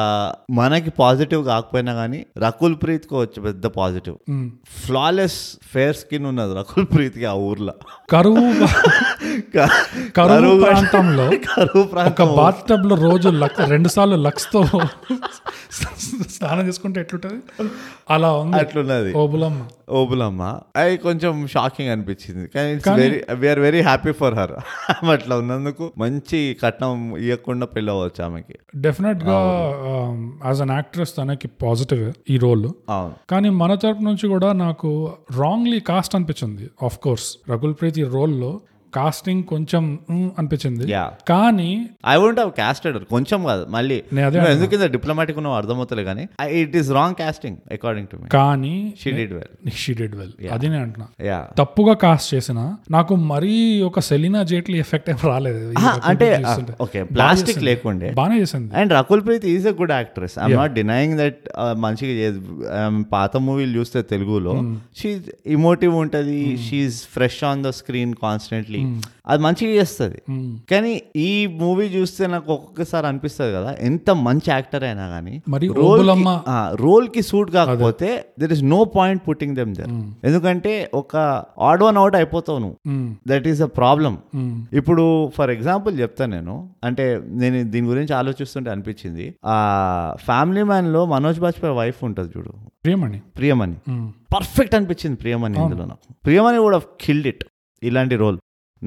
S2: మనకి పాజిటివ్ కాకపోయినా కానీ రకుల్ ప్రీత్ కు వచ్చే పెద్ద positive
S1: Hmm.
S2: Flawless fair skin ఉన్నది రకుల్ ప్రీత్ కి ఆ ఊర్లో *laughs*
S1: కరువు కరువు ప్రాంతంలో
S2: కరువు
S1: ఒక
S2: ప్రాంతం
S1: బాత్ టబ్ లో రోజు లక్ రెండు సార్లు లక్స్ తో స్నానం చేసుకుంటే ఎట్లుంటది అలా ఉంది
S2: అట్లున్నది
S1: ఓబులమ్మ
S2: ఓబులమ్మ అది కొంచెం షాకింగ్ అనిపించింది కానీ it's very we're very happy for her *laughs* అట్లా ఉన్నందుకు మంచి కట్నం ఇవ్వకుండా పెళ్ళి అవ్వచ్చు ఆమెకి
S1: డెఫినెట్ గా um, యాజ్ అన్ యాక్ట్రెస్ తనకి పాజిటివ్ ఈ రోల్
S2: అవును
S1: కానీ మన తరపు నుంచి కూడా నాకు రాంగ్లీ కాస్ట్ అనిపించింది ఆఫ్ కోర్స్ రకుల్ ప్రీత్ ఈ role లో కాస్టింగ్ కొంచెం "ఉమ్" అనిపించింది
S2: యా
S1: కానీ
S2: ఐ వోంట్ హావ్ కాస్టెడ్ కొంచెం కాదు మళ్ళీ
S1: నేను అదే
S2: నువ్వు ఎందుకు ఇంత డిప్లొమాటిక్ ఉన్నావు అర్థమవుతలే కానీ it is wrong casting according to me
S1: కానీ
S2: she did well
S1: she did well అది నేను అంటున్నా
S2: యా
S1: తప్పుగా కాస్ట్ చేసిన నాకు మరీ ఒక సెలీనా జేట్లీ ఎఫెక్ట్ ఏం రాలేదు ఈ రకుల్
S2: అంటే
S1: ప్రీత్ చేస్తుంటే.
S2: ఓకే ప్లాస్టిక్ లేకుండే
S1: బాగానే చేసింది
S2: and Rakul Preet is a good actress I'm not denying that మంచిగా చేసి ఆమె um, పాత మూవీలు చూస్తే తెలుగులో
S1: Hmm.
S2: షీ ఇమోటివ్ ఉంటుంది she fresh on the screen constantly
S1: Hmm.
S2: అది మంచిగా చేస్తుంది కానీ ఈ మూవీ చూస్తే నాకు ఒక్కొక్కసారి అనిపిస్తుంది కదా ఎంత మంచి యాక్టర్ అయినా కానీ
S1: మరి ఓబులమ్మ
S2: రోల్ కి సూట్ కాకపోతే there is no point putting them there ఎందుకంటే ఒక ఆడ్ వన్ అవుట్ అయిపోతావు నువ్వు
S1: మ్మ్.
S2: దట్ ఈస్ అ ప్రాబ్లం
S1: మ్మ్.
S2: ఇప్పుడు ఫర్ ఎగ్జాంపుల్ చెప్తాను నేను అంటే నేను దీని గురించి ఆలోచిస్తుంటే అనిపించింది ఆ ఫ్యామిలీ మ్యాన్ లో మనోజ్ బాజ్పేయి వైఫ్ ఉంటుంది చూడు
S1: ప్రియమణి
S2: ప్రియమణి
S1: మ్మ్.
S2: పర్ఫెక్ట్ అనిపించింది ప్రియమణి ఇందులో నాకు ప్రియమణి కూడా కిల్డ్ ఇట్ ఇలాంటి రోల్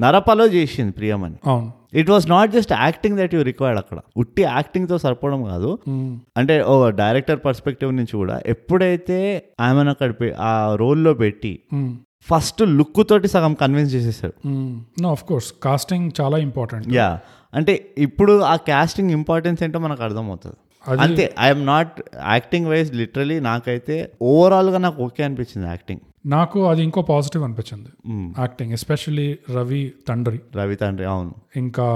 S2: నరపలో చేసింది ప్రియమణి
S1: అవును
S2: it was not just acting that you required అక్కడ ఉట్టి యాక్టింగ్ తో సరిపోవడం కాదు
S1: మ్మ్.
S2: అంటే ఓ డైరెక్టర్ పర్స్పెక్టివ్ నుంచి కూడా ఎప్పుడైతే ఆమెను అక్కడ పె- ఆ రోల్లో పెట్టి
S1: మ్మ్.
S2: ఫస్ట్ లుక్ తోటి సగం కన్విన్స్ చేసేసాడు
S1: మ్మ్. నో ఆఫ్ కోర్స్ కాస్టింగ్ చాలా ఇంపార్టెంట్
S2: యా అంటే ఇప్పుడు ఆ కాస్టింగ్ ఇంపార్టెన్స్ ఏంటో మనకు అర్థమవుతుంది
S1: అది-
S2: అంతే I'm not acting wise literally నాకైతే ఓవరాల్ గా నాకు ఓకే అనిపించింది యాక్టింగ్
S1: నాకు అది ఇంకో పాజిటివ్ అనిపించింది యాక్టింగ్ ఎస్పెషల్లీ రవి తండ్రి
S2: రవి తండ్రి అవును
S1: ఇంకా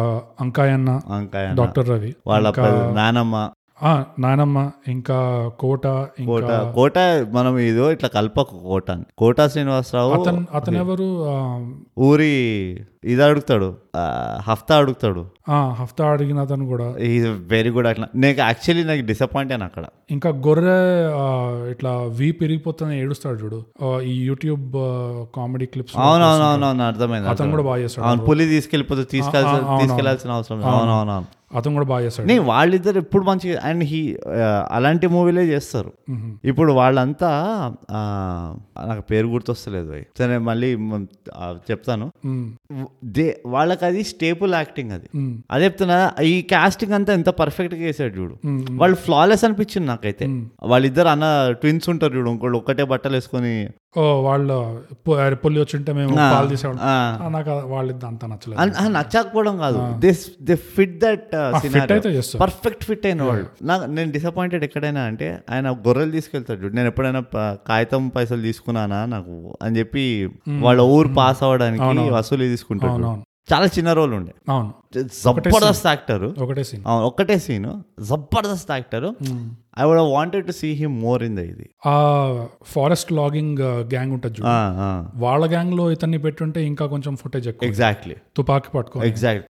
S1: అంకాయన్న
S2: వంకాయ అన్న,
S1: డాక్టర్ రవి
S2: వాళ్ళ పెద్ద నానమ్మ
S1: ఆ, నానమ్మ ఇంకా కోట
S2: కోట
S1: ఇంకా
S2: కోట మనం ఇదో ఇట్లా కల్పకు కోట అని. కోట శ్రీనివాసరావు
S1: అతను అతను ఎవరు ఆ,
S2: ఊరి ఇది అడుగుతాడు ఆ, హఫ్తా అడుగుతాడు
S1: ఆ, హఫ్తా అడిగిన అతను కూడా
S2: ఈ వెరీ గుడ్ అట్లా నాకు యాక్చువల్లీ నాకు డిసప్పాయింట్ అని అక్కడ
S1: ఇంకా గొర్రె ఆ, ఇట్లా వీ పెరిగిపోతున్న ఏడుస్తాడు చూడు ఆ, ఈ యూట్యూబ్ కామెడీ క్లిప్స్
S2: అవునవునవునవును అర్థమైంది
S1: అతను కూడా
S2: అర్థమైంది.
S1: బాగా చేస్తాడు
S2: అవును పులి తీసుకెళ్ళిపోతే తీసుకెళ్ళాల్సిన
S1: ఆ, ఆ, అవునవును.
S2: తీసుకెళ్లాల్సిన అవసరం లేదు. అవునవునవును
S1: అతను కూడా బాగా చేస్తాడు
S2: నీ వాళ్ళిద్దరు ఎప్పుడు మంచిగా అండ్ హీ అలాంటి మూవీలే చేస్తారు
S1: మ్మ్.
S2: ఇప్పుడు వాళ్ళంతా ఆ, నాకు పేరు గుర్తొస్తలేదు భయ్. సరే మళ్ళీ మ- ఆ, చెప్తాను
S1: మ్,
S2: దే వాళ్ళకి అది స్టేపుల్ యాక్టింగ్ అది
S1: మ్,
S2: అదే చెప్తున్నా ఈ కాస్టింగ్ అంతా ఎంత పర్ఫెక్ట్ గా వేసాడు చూడు
S1: మ్,
S2: వాళ్ళు ఫ్లాలెస్ అనిపించింది నాకైతే వాళ్ళిద్దరు అన్న ట్విన్స్ ఉంటారు చూడు ఇంకోళ్ళు ఒకటే బట్టలు వేసుకొని
S1: ఓ వాళ్ళ పొ- అరే పులి వచ్చి ఉంటే మేము పాలు తీసేవాళ్ళం
S2: ఆ.
S1: ఆ, నాకు వాళ్ళిద్దరు అంత నచ్చలేదు
S2: అన్- ఆ, నచ్చకపోవడం కాదు they they fit that
S1: fit అయితే చేస్తారు
S2: పర్ఫెక్ట్ ఫిట్ అయిన వాళ్ళు నాకు నేను డిసప్పాయింటెడ్ ఎక్కడైనా అంటే ఆయన గొర్రెలు తీసుకెళ్తాడు చూడు నేను ఎప్పుడైనా ప- కాగితం పైసలు తీసుకున్నానా నాకు అని చెప్పి వాళ్ళ ఊరు పాస్ అవ్వడానికి వసూలు తీసుకుంటాడు చూడు.
S1: అవునవును
S2: చాలా చిన్న రోల్ ఉండే
S1: అవును
S2: జబర్దస్త్ యాక్టర్
S1: ఒకటే సీన్
S2: ఒక్కటే scene Jabardasth actor I would wanted to see him more in the ఇది
S1: ఆ ఫారెస్ట్ లాగింగ్ గ్యాంగ్ ఉంటుంది చూడు వాళ్ళ గ్యాంగ్ లో ఇతన్ని పెట్టుంటే ఇంకా కొంచెం ఫుటేజ్ ఎక్కువ
S2: ఎగ్జాక్ట్లీ
S1: తుపాకి పట్టుకొని
S2: ఎగ్జాక్ట్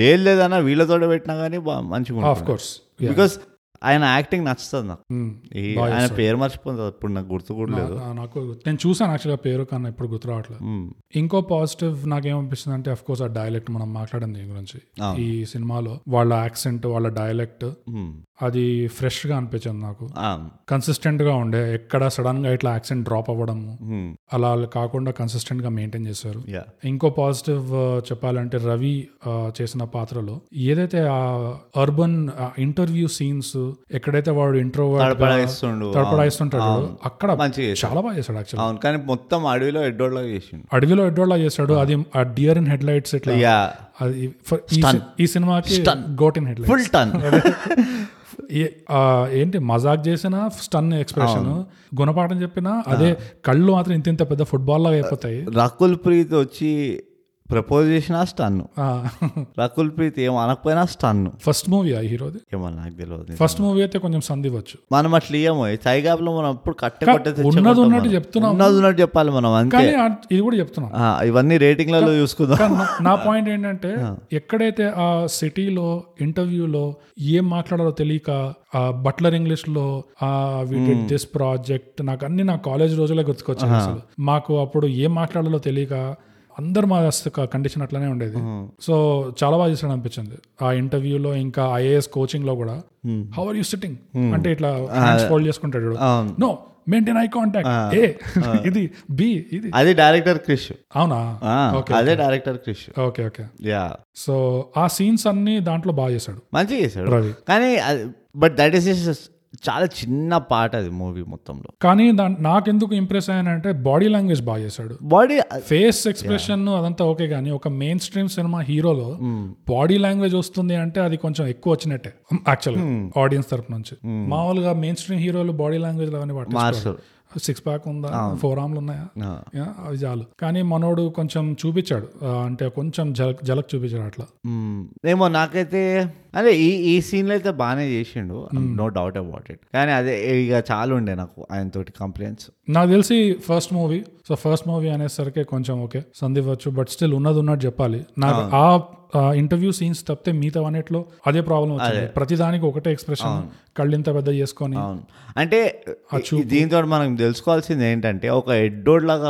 S2: లేదు లేదన్నా వీళ్ళతో పెట్టినా కానీ బా- మంచిగా
S1: ఆఫ్
S2: ఉంటుంది
S1: కోర్స్
S2: బికాస్ ఆయన యాక్టింగ్ నచ్చుతుంది నాకు
S1: Hmm.
S2: ఈ ఆయన పేరు మర్చిపోతుంది అప్పుడు నాకు గుర్తు కూడా లేదు
S1: నాకు నేను చూసాను యాక్చువల్గా పేరు కానీ ఇప్పుడు గుర్తు రావట్లేదు
S2: మ్మ్.
S1: ఇంకో పాజిటివ్ నాకేమనిపిస్తుంది అంటే అఫ్ కోర్స్ ఆ డైలెక్ట్ మనం మాట్లాడడం దీని గురించి
S2: ఆ.
S1: ఈ సినిమాలో వాళ్ళ యాక్సెంట్ వాళ్ళ డైలెక్ట్
S2: మ్మ్.
S1: అది ఫ్రెష్ గా అనిపించింది నాకు
S2: ఆ,
S1: కన్సిస్టెంట్ గా ఉండే ఎక్కడ సడన్ గా ఇట్లా యాక్సెంట్ డ్రాప్ అవ్వడము
S2: మ్మ్.
S1: అలా కాకుండా కన్సిస్టెంట్ గా మెయింటైన్ చేశారు
S2: Yeah.
S1: ఇంకో పాజిటివ్ ఆ, చెప్పాలంటే రవి ఆ, చేసిన పాత్రలో ఏదైతే ఆ అర్బన్ ఇంటర్వ్యూ సీన్స్ ఎక్కడైతే వాడు ఇంట్రో
S2: తడపడాయిస్తుండు.
S1: తడపడాయిస్తుంటాడు
S2: అవును.
S1: అక్కడ
S2: మంచిగా చేశాడు.
S1: చాలా బాగా చేశాడు యాక్చువల్లీ
S2: అవును కానీ మొత్తం అడవిలో ఎడ్డోళ్ళగా చేసిండు
S1: అడవిలో ఎడ్డోళ్ళ చేశాడు అది ఆ డియర్ ఇన్ హెడ్ లైట్స్ ఇట్లా
S2: యా
S1: అది for- ఈ సి- ఈ సినిమాకి goat in headlight
S2: full ton
S1: ఏంటి మజాక్ చేసిన స్టన్ ఎక్స్ప్రెషన్ గుణపాఠం చెప్పినా అదే కళ్ళు మాత్రం ఇంత ఇంత పెద్ద ఫుట్బాల్ లాగా అయిపోతాయి
S2: రకుల్ ప్రీత్ వచ్చి ప్రపోజ్ చేసినా స్టన్ రకుల్ ప్రీత్ ఏం అనకపోయినా స్టన్
S1: ఫస్ట్ మూవీ ఆ హీరోది
S2: ఏమో నాకు తెలియదు
S1: ఫస్ట్ మూవీ అయితే కొంచెం సందివచ్చు
S2: మనం అట్లా ఇయ్యము సైగాబ్ లో మనం అప్పుడు కట్ట కొట్టే
S1: ఉన్నది
S2: తెచ్చుకుంటాం
S1: ఉన్నట్టు
S2: మనం.
S1: చెప్తున్నాం
S2: ఉన్నది ఉన్నట్టు చెప్పాలి మనం అంతే
S1: కానీ ఆ- ఇది కూడా చెప్తున్నాం
S2: ఆ, ఇవన్నీ రేటింగ్లలో చూసుకుందాం
S1: కానీ నా- నా పాయింట్
S2: *laughs*
S1: ఏంటంటే ఎక్కడైతే ఆ సిటీలో ఇంటర్వ్యూలో ఏం మాట్లాడాలో తెలియక ఆ బట్లర్ ఇంగ్లీష్ లో ఆ
S2: Hmm.
S1: దిస్ ప్రాజెక్ట్ నాకు అన్ని నా కాలేజ్ రోజులే గుర్తుకొచ్చాయి అసలు మాకు అప్పుడు ఏం మాట్లాడాలో తెలియక అందరు మా కండిషన్ అట్లానే ఉండేది
S2: Hmm.
S1: సో చాలా బాగా చేసాడు అనిపించింది ఆ ఇంటర్వ్యూలో ఇంకా ఐఏఎస్ కోచింగ్ లో కూడా
S2: Hmm.
S1: How are you sitting అంటే ఇట్లా హ్యాండ్స్ ఫోల్డ్ చేసుకుంటాడు
S2: అవును.
S1: నో మెయింటైన్ ఐ కాంటాక్ట్ ఏ *laughs* ఇది బి ఇది
S2: అది డైరెక్టర్ క్రిష్
S1: అవునా
S2: ఆ,
S1: ఓకే
S2: అదే director Krish
S1: okay okay
S2: yeah
S1: so ఆ సీన్స్ అన్ని దాంట్లో బాగా చేశాడు
S2: మంచిగా చేశాడు
S1: రవి
S2: కానీ బట్ దట్ ఈస్ చాలా చిన్న పాట అది మూవీ మొత్తంలో
S1: కానీ దా నాకెందుకు ఇంప్రెస్ అయ్యానంటే బాడీ లాంగ్వేజ్ బాగా చేశాడు
S2: బాడీ
S1: ఫేస్ ఎక్స్ప్రెషన్ అదంతా ఓకే కానీ ఒక మెయిన్ స్ట్రీమ్ సినిమా హీరోలో బాడీ లాంగ్వేజ్ వస్తుంది అంటే అది కొంచెం ఎక్కువ వచ్చినట్టే యాక్చువల్ ఆడియన్స్ తరపు నుంచి మామూలుగా మెయిన్ స్ట్రీమ్ హీరోలు బాడీ లాంగ్వేజ్ అవన్నీ పట్టించుకోరు
S2: మార్చరు
S1: సిక్స్ ప్యాక్ ఉందా ఫోర్ ఆమ్లు ఉన్నాయా యా, అవి చాలు కానీ మనోడు కొంచెం చూపించాడు ఆ, అంటే కొంచెం జలక్ జలక్ చూపించాడు అట్లా
S2: మ్మ్. Hmm. ఏమో నాకైతే అదే ఈ ఈ సీన్లో అయితే బాగానే చేసిండు నో డౌట్ అబౌట్ ఇట్ కానీ అదే ఇక చాలా ఉండే నాకు ఆయనతోటి కంప్లైంట్స్
S1: నాకు తెలిసి first movie so first movie అనేసరికి కొంచెం ఓకే సందివచ్చు బట్ స్టిల్ ఉన్నది ఉన్నట్టు చెప్పాలి నాకు ఆ ఇంటర్వ్యూ సీన్స్ తప్పితే మిగతా అన్నిట్లో అదే ప్రాబ్లం వచ్చింది ప్రతి దానికి ఒకటే ఎక్స్ప్రెషన్ కళ్ళు ఇంత పెద్ద చేసుకొని
S2: అవును అంటే దీంతో మనం తెలుసుకోవాల్సింది ఏంటంటే ఒక ఎడ్డోడ్ లాగా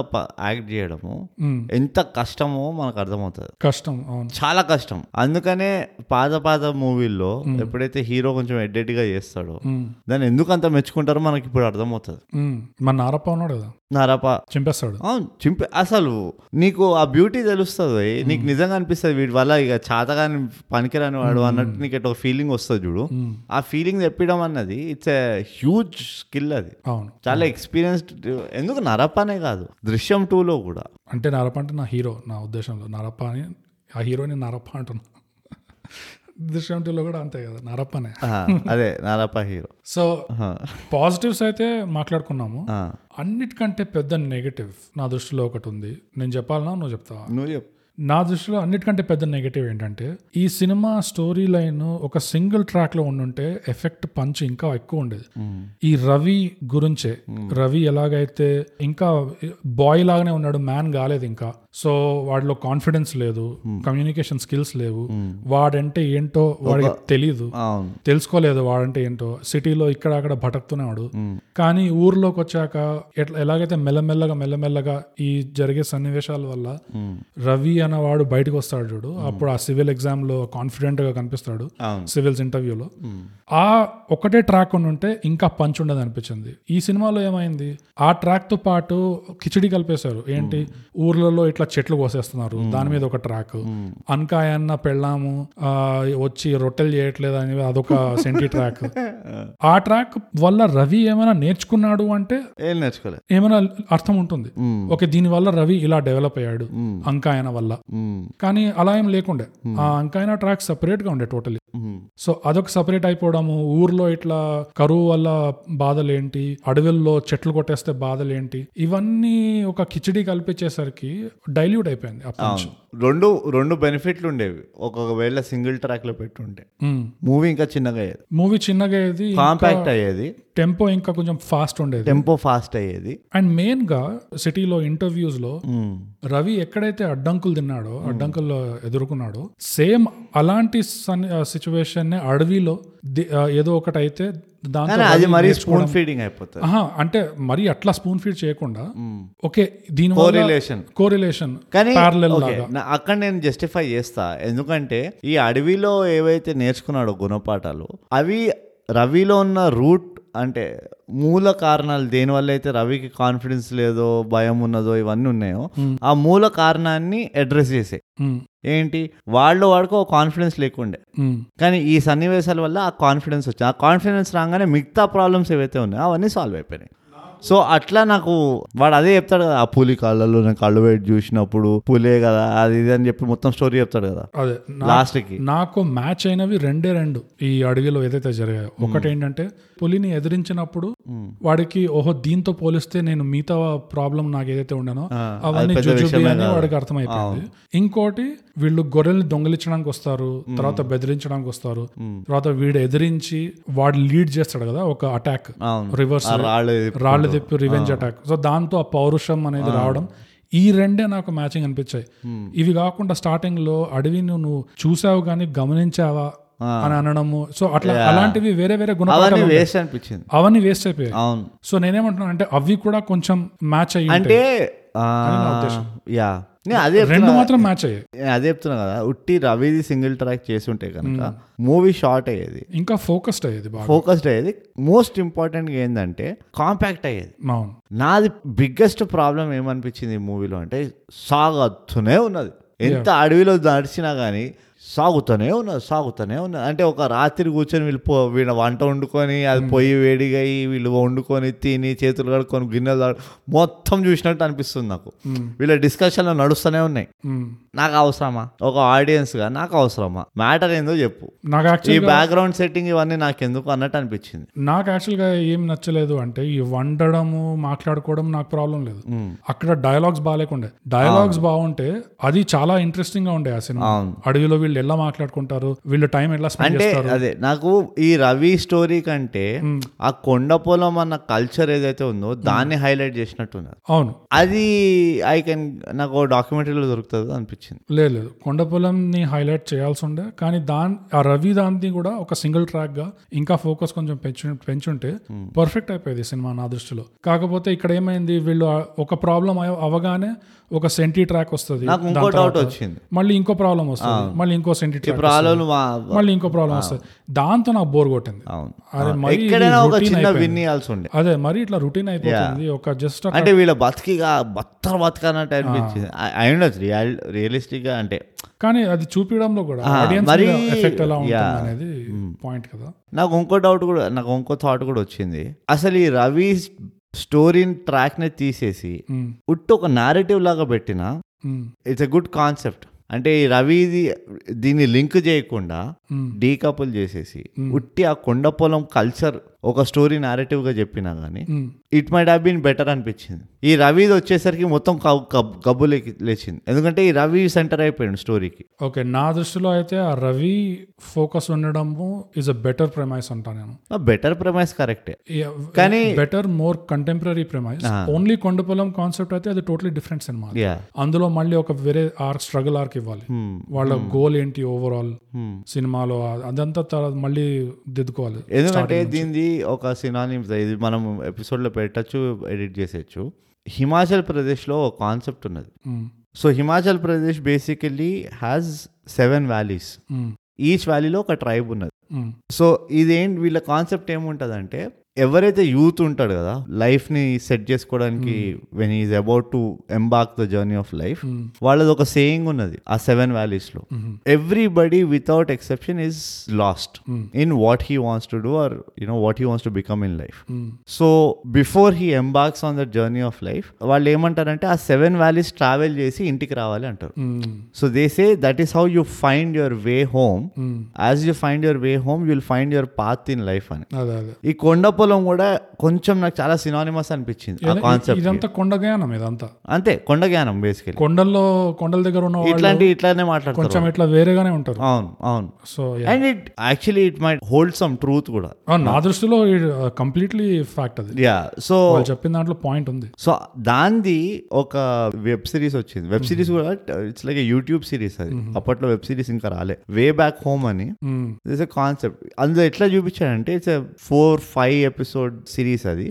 S2: యాక్ట్ చేయడము
S1: మ్మ్.
S2: ఎంత కష్టమో మనకు అర్థమవుతుంది
S1: కష్టం అవును
S2: చాలా కష్టం అందుకనే పాత పాత మూవీల్లో ఎప్పుడైతే హీరో కొంచెం ఎడ్డెడ్గా చేస్తాడో
S1: మ్మ్.
S2: దాన్ని ఎందుకు అంత మెచ్చుకుంటారో మనకి ఇప్పుడు అర్థమవుతుంది
S1: మ్మ్. మన నారప్ప ఉన్నాడు కదా
S2: నారాపా
S1: చింపేస్తాడు
S2: అవును చింపి అసలు నీకు ఆ బ్యూటీ తెలుస్తుంది నీకు నిజంగా అనిపిస్తుంది వీటి వల్ల ఇక చాతగాని పనికిరాని వాడు అన్నట్టు నీకు ఇట్లా ఒక ఫీలింగ్ వస్తుంది చూడు ఆ ఫీలింగ్ తెప్పడం అన్నది ఇట్స్ ఎ హ్యూజ్ స్కిల్ అది
S1: అవును
S2: చాలా ఎక్స్పీరియన్స్డ్ ఎందుకు నరపనే కాదు దృశ్యం టూలో కూడా
S1: అంటే నారప్ప అంటే నా హీరో నా ఉద్దేశంలో నారప్ప అని ఆ హీరోని నారప్ప అంటున్నా *laughs* దృశ్యం two లో కూడా అంతే కదా నారప్పనే
S2: ఆ, *laughs* అదే నరప హీరో
S1: సో పాజిటివ్స్ అయితే మాట్లాడుకున్నాము
S2: ఆ.
S1: అన్నిటికంటే పెద్ద నెగటివ్ నా దృష్టిలో ఒకటి ఉంది నేను చెప్పాలన్నా నువ్వు చెప్తావా
S2: నువ్వు చెప్పు
S1: నా దృష్టిలో అన్నిటికంటే పెద్ద నెగటివ్ ఏంటంటే ఈ సినిమా స్టోరీ లైన్ ఒక సింగిల్ ట్రాక్ లో ఉండుంటే ఎఫెక్ట్ పంచ్ ఇంకా ఎక్కువ ఉండేది ఈ రవి గురించే రవి ఎలాగైతే ఇంకా బాయ్ లాగానే ఉన్నాడు మ్యాన్ కాలేదు ఇంకా సో వాడిలో కాన్ఫిడెన్స్ లేదు కమ్యూనికేషన్ స్కిల్స్ లేవు వాడంటే ఏంటో వాడికి తెలియదు
S2: అవును
S1: తెలుసుకోలేదు వాడంటే ఏంటో సిటీలో ఇక్కడ అక్కడ భటక్తున్నాడు కానీ ఊర్లోకి వచ్చాక ఎట్లా ఎలాగైతే మెల్లమెల్లగా మెల్లమెల్లగా ఈ జరిగే సన్నివేశాల వల్ల రవి అనేవాడు బయటకు వస్తాడు చూడు అప్పుడు ఆ సివిల్ ఎగ్జామ్ లో కాన్ఫిడెంట్ గా కనిపిస్తాడు
S2: అవును.
S1: సివిల్స్ ఇంటర్వ్యూలో ఆ ఒకటే ట్రాక్ ఉండి ఉంటే ఇంకా పంచ్ ఉండదు అనిపించింది ఈ సినిమాలో ఏమైంది ఆ ట్రాక్ తో పాటు కిచిడి కలిపేశారు ఏంటి ఊర్లలో ఇట్లా చెట్లు కోసేస్తున్నారు దాని మీద ఒక ట్రాక్ అన్కాయన్న పెళ్ళాము ఆ, వచ్చి రొట్టెలు చేయట్లేదు అని అదొక సెంటి ట్రాక్ ఆ ట్రాక్ వల్ల రవి ఏమైనా నేర్చుకున్నాడు అంటే
S2: ఏం నేర్చుకోలే
S1: ఏమైనా అర్థం ఉంటుంది ఓకే దీని వల్ల రవి ఇలా డెవలప్ అయ్యాడు అంకాయన వల్ల
S2: మ్మ్.
S1: కానీ అలా ఏం లేకుండే ఆ అంకాయన ట్రాక్ సపరేట్ గా ఉండే టోటలీ
S2: మ్మ్.
S1: సో అదొక సపరేట్ అయిపోవడము ఊర్లో ఇట్లా కరువు వల్ల బాధలేంటి అడవుల్లో చెట్లు కొట్టేస్తే బాధలేంటి ఇవన్నీ ఒక కిచిడి కల్పించేసరికి డైల్యూట్ అయిపోయింది అప్పటి నుంచి
S2: రెండు రెండు బెనిఫిట్లు ఉండేవి ఒకవేళ సింగిల్ ట్రాక్ లో పెట్టుంటే మూవీ ఇంకా చిన్నగా అయ్యేది
S1: మూవీ చిన్నగా అయ్యేది
S2: కాంపాక్ట్ అయ్యేది
S1: టెంపో ఇంకా కొంచెం ఫాస్ట్ ఉండేది
S2: టెంపో ఫాస్ట్ అయ్యేది
S1: అండ్ మెయిన్ గా సిటీలో ఇంటర్వ్యూస్ లో
S2: మ్మ్.
S1: రవి ఎక్కడైతే అడ్డంకులు తిన్నాడో అడ్డంకులు ఎదుర్కొన్నాడో సేమ్ అలాంటి సిచ్యువేషన్ అడవిలో ది- ఆ, ఏదో ఒకటి అయితే దాంతో
S2: కానీ అది
S1: రవి
S2: మరీ
S1: నేర్చుకోవడం-
S2: స్పూన్ ఫీడింగ్ అయిపోతుంది
S1: ఆహా, అంటే మరి అట్లా స్పూన్ ఫీడ్ చేయకుండా ఓకే దీని
S2: Correlation.
S1: కోరిలేషన్
S2: కానీ
S1: Parallel
S2: okay,
S1: లాగా.
S2: నా- అక్కడ నేను జస్టిఫై చేస్తా ఎందుకంటే ఈ అడవిలో ఏవైతే నేర్చుకున్నాడో గుణపాఠాలు అవి రవిలో ఉన్న రూట్ అంటే మూల కారణాలు దేనివల్ల అయితే రవికి కాన్ఫిడెన్స్ లేదో భయం ఉన్నదో ఇవన్నీ ఉన్నాయో ఆ మూల కారణాన్ని అడ్రస్ చేసే ఏంటి వాళ్ళు వాడుకో కాన్ఫిడెన్స్ లేకుండే కానీ ఈ సన్నివేశాల వల్ల ఆ కాన్ఫిడెన్స్ వచ్చింది ఆ కాన్ఫిడెన్స్ రాగానే మిగతా ప్రాబ్లమ్స్ ఏవైతే ఉన్నాయో అవన్నీ సాల్వ్ అయిపోయినాయి సో అట్లా నాకు వాడు అదే చెప్తాడు కదా ఆ పులి కళ్ళలో నేను కళ్ళు వేడి చూసినప్పుడు పులే కదా అది ఇది అని చెప్పి మొత్తం స్టోరీ చెప్తాడు కదా
S1: అదే నా-
S2: లాస్ట్కి
S1: నాకు మ్యాచ్ అయినవి రెండే రెండు ఈ అడవిలో ఏదైతే జరిగాయో ఒకటి ఏంటంటే పులిని ఎదిరించినప్పుడు వాడికి ఓహో దీంతో పోలిస్తే నేను మిగతా ప్రాబ్లం నాకు ఏదైతే ఉండనో అవన్నీ
S2: పెద్ద
S1: జుజుబి
S2: విషయమే
S1: అని
S2: కాదు.
S1: వాడికి అర్థమైపోయింది ఇంకోటి వీళ్ళు గొర్రెల్ని దొంగిలించడానికి వస్తారు తర్వాత బెదిరించడానికి వస్తారు తర్వాత వీడు ఎదిరించి వాడు లీడ్ చేస్తాడు కదా ఒక అటాక్
S2: అవును.
S1: రివర్స్
S2: ఆ రాళ్ళు
S1: రాళ్ళు తిప్పి రివెంజ్ అటాక్ సో దాంతో ఆ పౌరుషం అనేది రావడం ఈ రెండే నాకు మ్యాచింగ్ అనిపించాయి ఇవి కాకుండా స్టార్టింగ్ లో అడవిని నువ్వు చూసావు కానీ గమనించావా అని అనడము సో అట్లా అలాంటివి వేరే వేరే గుణపాఠాలు
S2: అవన్నీ వేస్ట్ అనిపించింది
S1: అవన్నీ వేస్ట్ అయిపోయాయి
S2: అవును
S1: సో నేనేమంటున్నాను అంటే అవి కూడా కొంచెం మ్యాచ్ అయ్యి
S2: అంటే ఆ,
S1: నా ఉద్దేశం.
S2: యా నేను అదే
S1: రెండు మాత్రం మ్యాచ్ అయ్యాయి
S2: నేను అదే చెప్తున్నా కదా ఉట్టి రవిది సింగిల్ ట్రాక్ చేసి ఉంటే కనుక మూవీ షార్ట్ అయ్యేది
S1: ఇంకా ఫోకస్డ్ అయ్యేది బాగా
S2: ఫోకస్డ్ అయ్యేది మోస్ట్ ఇంపార్టెంట్గా ఏంటంటే కాంపాక్ట్ అయ్యేది
S1: అవును
S2: నాది బిగ్గెస్ట్ ప్రాబ్లం ఏమనిపించింది ఈ మూవీలో అంటే సాగుతూనే ఉన్నది ఎంత అడవిలో నడిచినా కానీ సాగుతూనే ఉన్నది సాగుతూనే ఉన్నది అంటే ఒక రాత్రి కూర్చొని వీళ్ళు పో- వీళ్ళ వంట వండుకొని అది పొయ్యి వేడిగా అయ్యి వీళ్ళు వండుకొని తిని చేతులు కడుక్కొని గిన్నెలు తాడు మొత్తం చూసినట్టు అనిపిస్తుంది నాకు వీళ్ళ డిస్కషన్లు నడుస్తూనే ఉన్నాయి
S1: మ్మ్.
S2: నాకు అవసరమా ఒక ఆడియన్స్గా నాకు అవసరమా మ్యాటర్ ఏందో చెప్పు
S1: నాకు
S2: ఈ
S1: యాక్చువల్
S2: బ్యాక్గ్రౌండ్ సెట్టింగ్ ఇవన్నీ నాకు ఎందుకు అన్నట్టు అనిపించింది
S1: నాకు actual గా ఏం నచ్చలేదు అంటే ఈ వండడము మాట్లాడుకోవడం నాకు ప్రాబ్లం లేదు అక్కడ డైలాగ్స్ బాగాలేకుండే డైలాగ్స్ బాగుంటే అది చాలా ఇంట్రెస్టింగ్ గా ఉండే ఆ సినిమా
S2: అవును.
S1: అడవిలో వీళ్ళు ఎలా మాట్లాడుకుంటారు వీళ్ళు టైం ఎలా స్పెండ్
S2: అంటే
S1: చేస్తారు
S2: అదే నాకు ఈ రవి స్టోరీ కంటే ఆ కొండ పొలం అన్న కల్చర్ ఏదైతే ఉందో దాన్ని హైలైట్ చేసినట్టున్నారు
S1: అవును
S2: అది ఐ కెన్ నాకు డాక్యుమెంటరీలో దొరుకుతుంది అనిపించింది
S1: లేదు లేదు కొండ పొలంని హైలైట్ చేయాల్సి ఉండే కానీ దాని ఆ రవి దాన్ని కూడా ఒక సింగిల్ ట్రాక్ గా ఇంకా ఫోకస్ కొంచెం పెంచు పెంచుంటే పర్ఫెక్ట్ అయిపోయేది సినిమా నా దృష్టిలో కాకపోతే ఇక్కడ ఏమైంది వీళ్ళు ఆ- ఒక ప్రాబ్లం అవగానే ఒక సెంటీ ట్రాక్ వస్తుంది
S2: నాకు ఇంకో డౌట్ వచ్చింది
S1: మళ్ళీ ఇంకో ప్రాబ్లం వస్తుంది మళ్ళీ ఇంకో సెంటీ ట్రాక్
S2: ప్రాబ్లం
S1: మళ్ళీ ఇంకో ప్రాబ్లం వస్తుంది దాంతో నాకు బోర్ కొట్టింది
S2: అవును
S1: అరే మరి ఇది
S2: ఎక్కడైనా ఒక
S1: routine
S2: చిన్న
S1: అయిపోయింది.
S2: విన్ ఇవ్వాల్సి ఉండే
S1: అదే మరి ఇట్లా రొటీన్ అయిపోతుంది ఒక జస్ట్
S2: అంటే వీళ్ళ బతికిగా బత్తర బతకన్నట్టు అనిపించింది ఐ- అయి ఉండొచ్చు రియల్ రియలిస్టిక్ గా అంటే
S1: కానీ అది చూపించడంలో కూడా
S2: ఆ,
S1: ఆడియన్స్
S2: మరి-
S1: ఎఫెక్ట్ ఎలా ఉంటుంది
S2: Yeah.
S1: అనేది పాయింట్ కదా
S2: నాకు ఇంకో డౌట్ కూడా నాకు ఇంకో థాట్ కూడా వచ్చింది అసలు ఈ రవి స్టోరీని ట్రాక్ని తీసేసి
S1: ఉమ్,
S2: ఉట్టు ఒక నారేటివ్ లాగా పెట్టినా
S1: um,
S2: it's a good concept అంటే ఈ రవిది దీన్ని లింక్ చేయకుండా
S1: ఉమ్,
S2: డీకపుల్ చేసేసి ఉట్టి ఆ కొండ పొలం కల్చర్ ఒక స్టోరీ narrative గా చెప్పినా కానీ it might have been better అనిపించింది ఈ రవిది వచ్చేసరికి మొత్తం కబ్- కబ్- గబ్బు లేకి- లేచింది ఎందుకంటే ఈ రవి సెంటర్ అయిపోయాడు స్టోరీకి
S1: ఓకే నా దృష్టిలో అయితే ఆ రవి ఫోకస్ ఉండడము ఈజ్ అ బెటర్ ప్రెమైస్ అంటా నేను
S2: బెటర్ ప్రమైస్ కరెక్టే కానీ-
S1: better more contemporary premise only Kondapolam concept అయితే అది టోటలీ డిఫరెంట్ సినిమా
S2: యా
S1: అందులో మళ్ళీ ఒక వేరే ఆర్క్ స్ట్రగుల్ ఆర్క్ ఇవ్వాలి
S2: Hmm.
S1: వాళ్ళ గోల్ ఏంటి ఓవరాల్ సినిమాలో అ- అదంతా తర్వాత మళ్ళీ దిద్దుకోవాలి
S2: ఎందుకంటే దీనిది ఒక సినానిమ్స్ ఇది మనం ఎపిసోడ్లో పెట్టచ్చు ఎడిట్ చేసేయచ్చు హిమాచల్ ప్రదేశ్లో ఒక కాన్సెప్ట్ ఉన్నది
S1: మ్మ్.
S2: So Himachal Pradesh basically has seven valleys
S1: hmm.
S2: Each వ్యాలీలో ఒక ట్రైబ్ ఉన్నది
S1: మ్మ్.
S2: సో ఇదేంటి వీళ్ళ కాన్సెప్ట్ ఏముంటుందంటే ఎవరైతే యూత్ ఉంటాడు కదా లైఫ్ని సెట్ చేసుకోవడానికి when is about to embark the journey of life వాళ్ళది ఒక సేయింగ్ ఉన్నది ఆ సెవెన్ వ్యాలీస్లో everybody without exception is lost in what he wants to do or you know what he wants to become in life so before he embarks on the journey of life వాళ్ళు ఏమంటారంటే ఆ సెవెన్ వ్యాలీస్ ట్రావెల్ చేసి ఇంటికి రావాలి అంటారు
S1: hmm.
S2: So they say that is how you find your way home
S1: Hmm.
S2: As you find your way home you'll find your path in life అని
S1: అదే అదే
S2: ఈ కొండ పొలం కూడా కొంచెం నాకు చాలా సినానిమస్ అనిపించింది ఆ కాన్సెప్ట్
S1: ఇదంతా కొండగానం ఇదంతా
S2: అంతే కొండ జ్ఞానం బేసికలీ
S1: కొండల్లో కొండల దగ్గర ఉన్న వాళ్ళు
S2: ఇట్లాంటి ఇట్లానే మాట్లాడతారు
S1: కొంచెం ఇట్లా వేరేగానే ఉంటారు
S2: అవును అవును
S1: so
S2: and it actually it might hold some truth కూడా
S1: నా దృష్టిలో కంప్లీట్లీ ఫ్యాక్ట్ అది
S2: యా సో
S1: వాళ్ళు చెప్పిన దాంట్లో పాయింట్ ఉంది
S2: సో దాంది ఒక వెబ్ సిరీస్ వచ్చింది వెబ్ సిరీస్ కూడా ఇట్స్ లైక్ యూట్యూబ్ సిరీస్ అది అప్పట్లో వెబ్ సిరీస్ ఇంకా రాలే వే బ్యాక్ హోమ్ అని
S1: మ్మ్.
S2: దిస్ ఎ కాన్సెప్ట్ అందులో ఎట్లా చూపించాడంటే it's four five episode series అది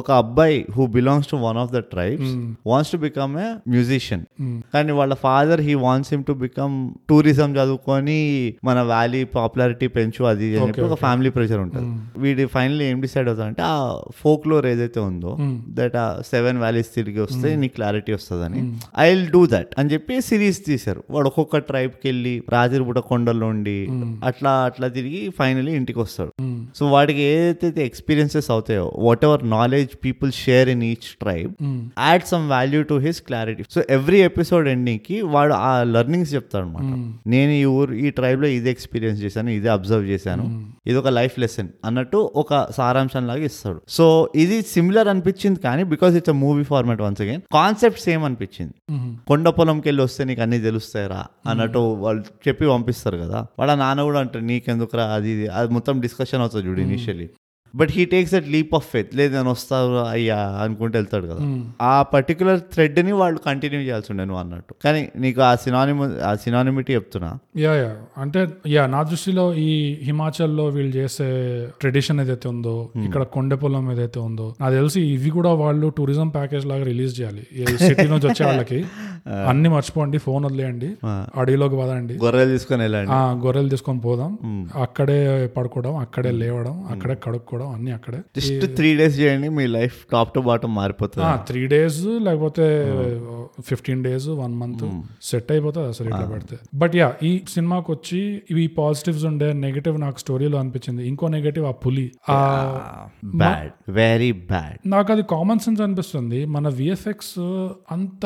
S2: ఒక అబ్బాయి who belongs to one of the tribes wants to become a musician కానీ వాళ్ళ father he wants him to become tourism చదువుకొని మన వ్యాలీ పాపులారిటీ పెంచు అది అని చెప్పి ఒక ఫ్యామిలీ ప్రెషర్ ఉంటుంది వీడి ఫైనల్లీ ఏం డిసైడ్ అవుతాడంటే ఆ ఫోక్ లోర్ ఏదైతే ఉందో దట్ ఆ సెవెన్ వ్యాలీస్ తిరిగి వస్తే నీకు క్లారిటీ వస్తుందని ఐ విల్ డూ దట్ అని చెప్పి సిరీస్ తీశారు వాడు ఒక్కొక్క ట్రైబ్కి వెళ్ళి రాజరిపూట కొండల్లో ఉండి అట్లా అట్లా తిరిగి ఫైనలీ ఇంటికి వస్తాడు సో వాడికి ఏదైతే ఎక్స్పీరియన్సెస్ అవుతాయో whatever knowledge people share in each tribe add some value to his clarity so every episode ఎండింగ్కి వాడు ఆ లెర్నింగ్స్ చెప్తాడు అనమాట నేను ఈ ఊరు ఈ ట్రైబ్లో ఇది ఎక్స్పీరియన్స్ చేశాను ఇదే అబ్జర్వ్ చేశాను ఇది ఒక లైఫ్ లెసన్ అన్నట్టు ఒక సారాంశం లాగా ఇస్తాడు సో ఇది సిమిలర్ అనిపించింది కానీ because it's a movie format once again concept same అనిపించింది కొండ పొలంకి వెళ్ళి వస్తే నీకు అన్ని తెలుస్తాయిరా అన్నట్టు వాళ్ళు చెప్పి పంపిస్తారు కదా వాళ్ళ నాన్న కూడా అంటారు నీకెందుకురా అది ఇది అది మొత్తం డిస్కషన్ అవుతుంది చూడు initially but he takes that leap of faith లేదు నేను వస్తాను అయ్యా అనుకుంటూ వెళ్తాడు కదా ఆ పర్టికులర్ థ్రెడ్ని వాళ్ళు కంటిన్యూ చేయాల్సి ఉండే నువ్వు అన్నట్టు కానీ నీకు ఆ సినానిమ ఆ సినానిమిటీ చెప్తున్నా
S1: యా యా అంటే యా నా దృష్టిలో ఈ హిమాచల్లో వీళ్ళు చేసే ట్రెడిషన్ ఏదైతే ఉందో ఇక్కడ కొండ పొలం ఏదైతే ఉందో నాకు తెలిసి ఇవి కూడా వాళ్ళు టూరిజం ప్యాకేజ్ లాగా రిలీజ్ చేయాలి సిటీ నుంచి వచ్చే వాళ్ళకి అన్ని మర్చిపోండి ఫోన్ వదిలేయండి అడవిలోకి వదండి
S2: గొర్రెలు తీసుకొని వెళ్ళండి
S1: ఆ గొర్రెలు తీసుకొని పోదాం అక్కడే పడుకోవడం అక్కడే లేవడం అక్కడే కడుక్కోవడం అన్ని అక్కడే
S2: జస్ట్ త్రీ డేస్ చేయండి మీ లైఫ్ టాప్ టు బాటమ్ మారిపోతుంది
S1: త్రీ డేస్ లేకపోతే fifteen days one month set అయిపోతుంది అసలు ఇట్లా పెడితే బట్ యా ఈ సినిమాకి వచ్చి ఇవి పాజిటివ్స్ ఉండే నెగటివ్ నాకు స్టోరీలో అనిపించింది ఇంకో నెగటివ్ ఆ పులి ఆ
S2: బ్యాడ్ వెరీ బ్యాడ్
S1: నాకు అది కామన్ సెన్స్ అనిపిస్తుంది మన విఎఫ్ఎక్స్ అంత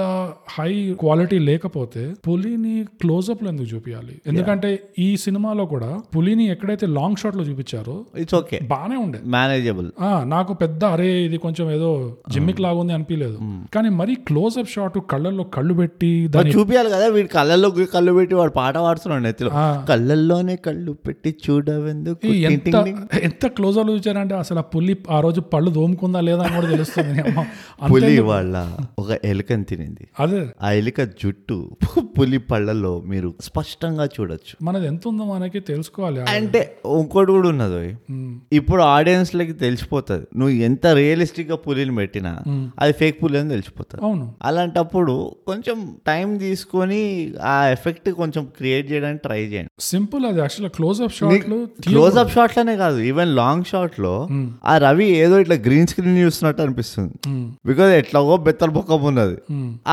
S1: హై క్వాలిటీ లేకపోతే పులిని క్లోజప్ లో ఎందుకు చూపించాలి ఎందుకంటే ఈ సినిమాలో కూడా పులిని ఎక్కడైతే లాంగ్ షాట్ లో చూపించారో
S2: ఇట్స్ ఓకే
S1: బానే ఉండే
S2: మేనేజబుల్
S1: ఆ నాకు పెద్ద అరే ఇది కొంచెం ఏదో జిమ్మిక్ లాగా ఉంది అనిపించలేదు కానీ మరి క్లోజ్ అప్ షాట్ కళ్ళల్లో కళ్ళు పెట్టి దాని
S2: చూపియాలి కదా వీడి కళ్ళల్లో గు- కళ్ళు పెట్టి వాడు పాట పాడుతున్నాడు నెత్తిలో
S1: ఆ.
S2: కళ్ళల్లోనే కళ్ళు పెట్టి చూడవెందుకు
S1: ఎంత ఎంత క్లోజ్ అప్ చూచారంటే అసలు ఆ పులి ఆ రోజు పళ్ళు దోముకుందా లేదా అని కూడా తెలుస్తుంది అమ్మ. అంతే
S2: పులి వాళ్ళ ఒక ఎలుకని తినింది
S1: అదే
S2: ఆ ఎలుక జుట్టు *laughs* పు- పులి పళ్ళలో మీరు స్పష్టంగా చూడొచ్చు
S1: మనది ఎంత ఉందో మనకి తెలుసుకోవాలి
S2: అంటే ఇంకోటి కూడా ఉన్నది ఓయ్. ఇప్పుడు ఆడియన్స్ లకి తెలిసిపోతుంది నువ్వు ఎంత రియలిస్టిక్ గా పులిని పెట్టినా అది ఫేక్ పులి అని తెలిసిపోతుంది
S1: అవును
S2: అలాంటప్పుడు కొంచెం టైం తీసుకొని ఆ ఎఫెక్ట్ కొంచెం క్రియేట్ చేయడానికి ట్రై చేయండి
S1: సింపుల్ అది యాక్చువల్గా క్లోజ్ అప్ షాట్లు
S2: క్లోజ్ అప్ షాట్ లోనే కాదు ఈవెన్ లాంగ్ షాట్ లో ఆ రవి ఏదో ఇట్లా గ్రీన్ స్క్రీన్ చూస్తున్నట్టు అనిపిస్తుంది బికాజ్ ఎట్లాగో బెత్తల బొక్క ఉన్నది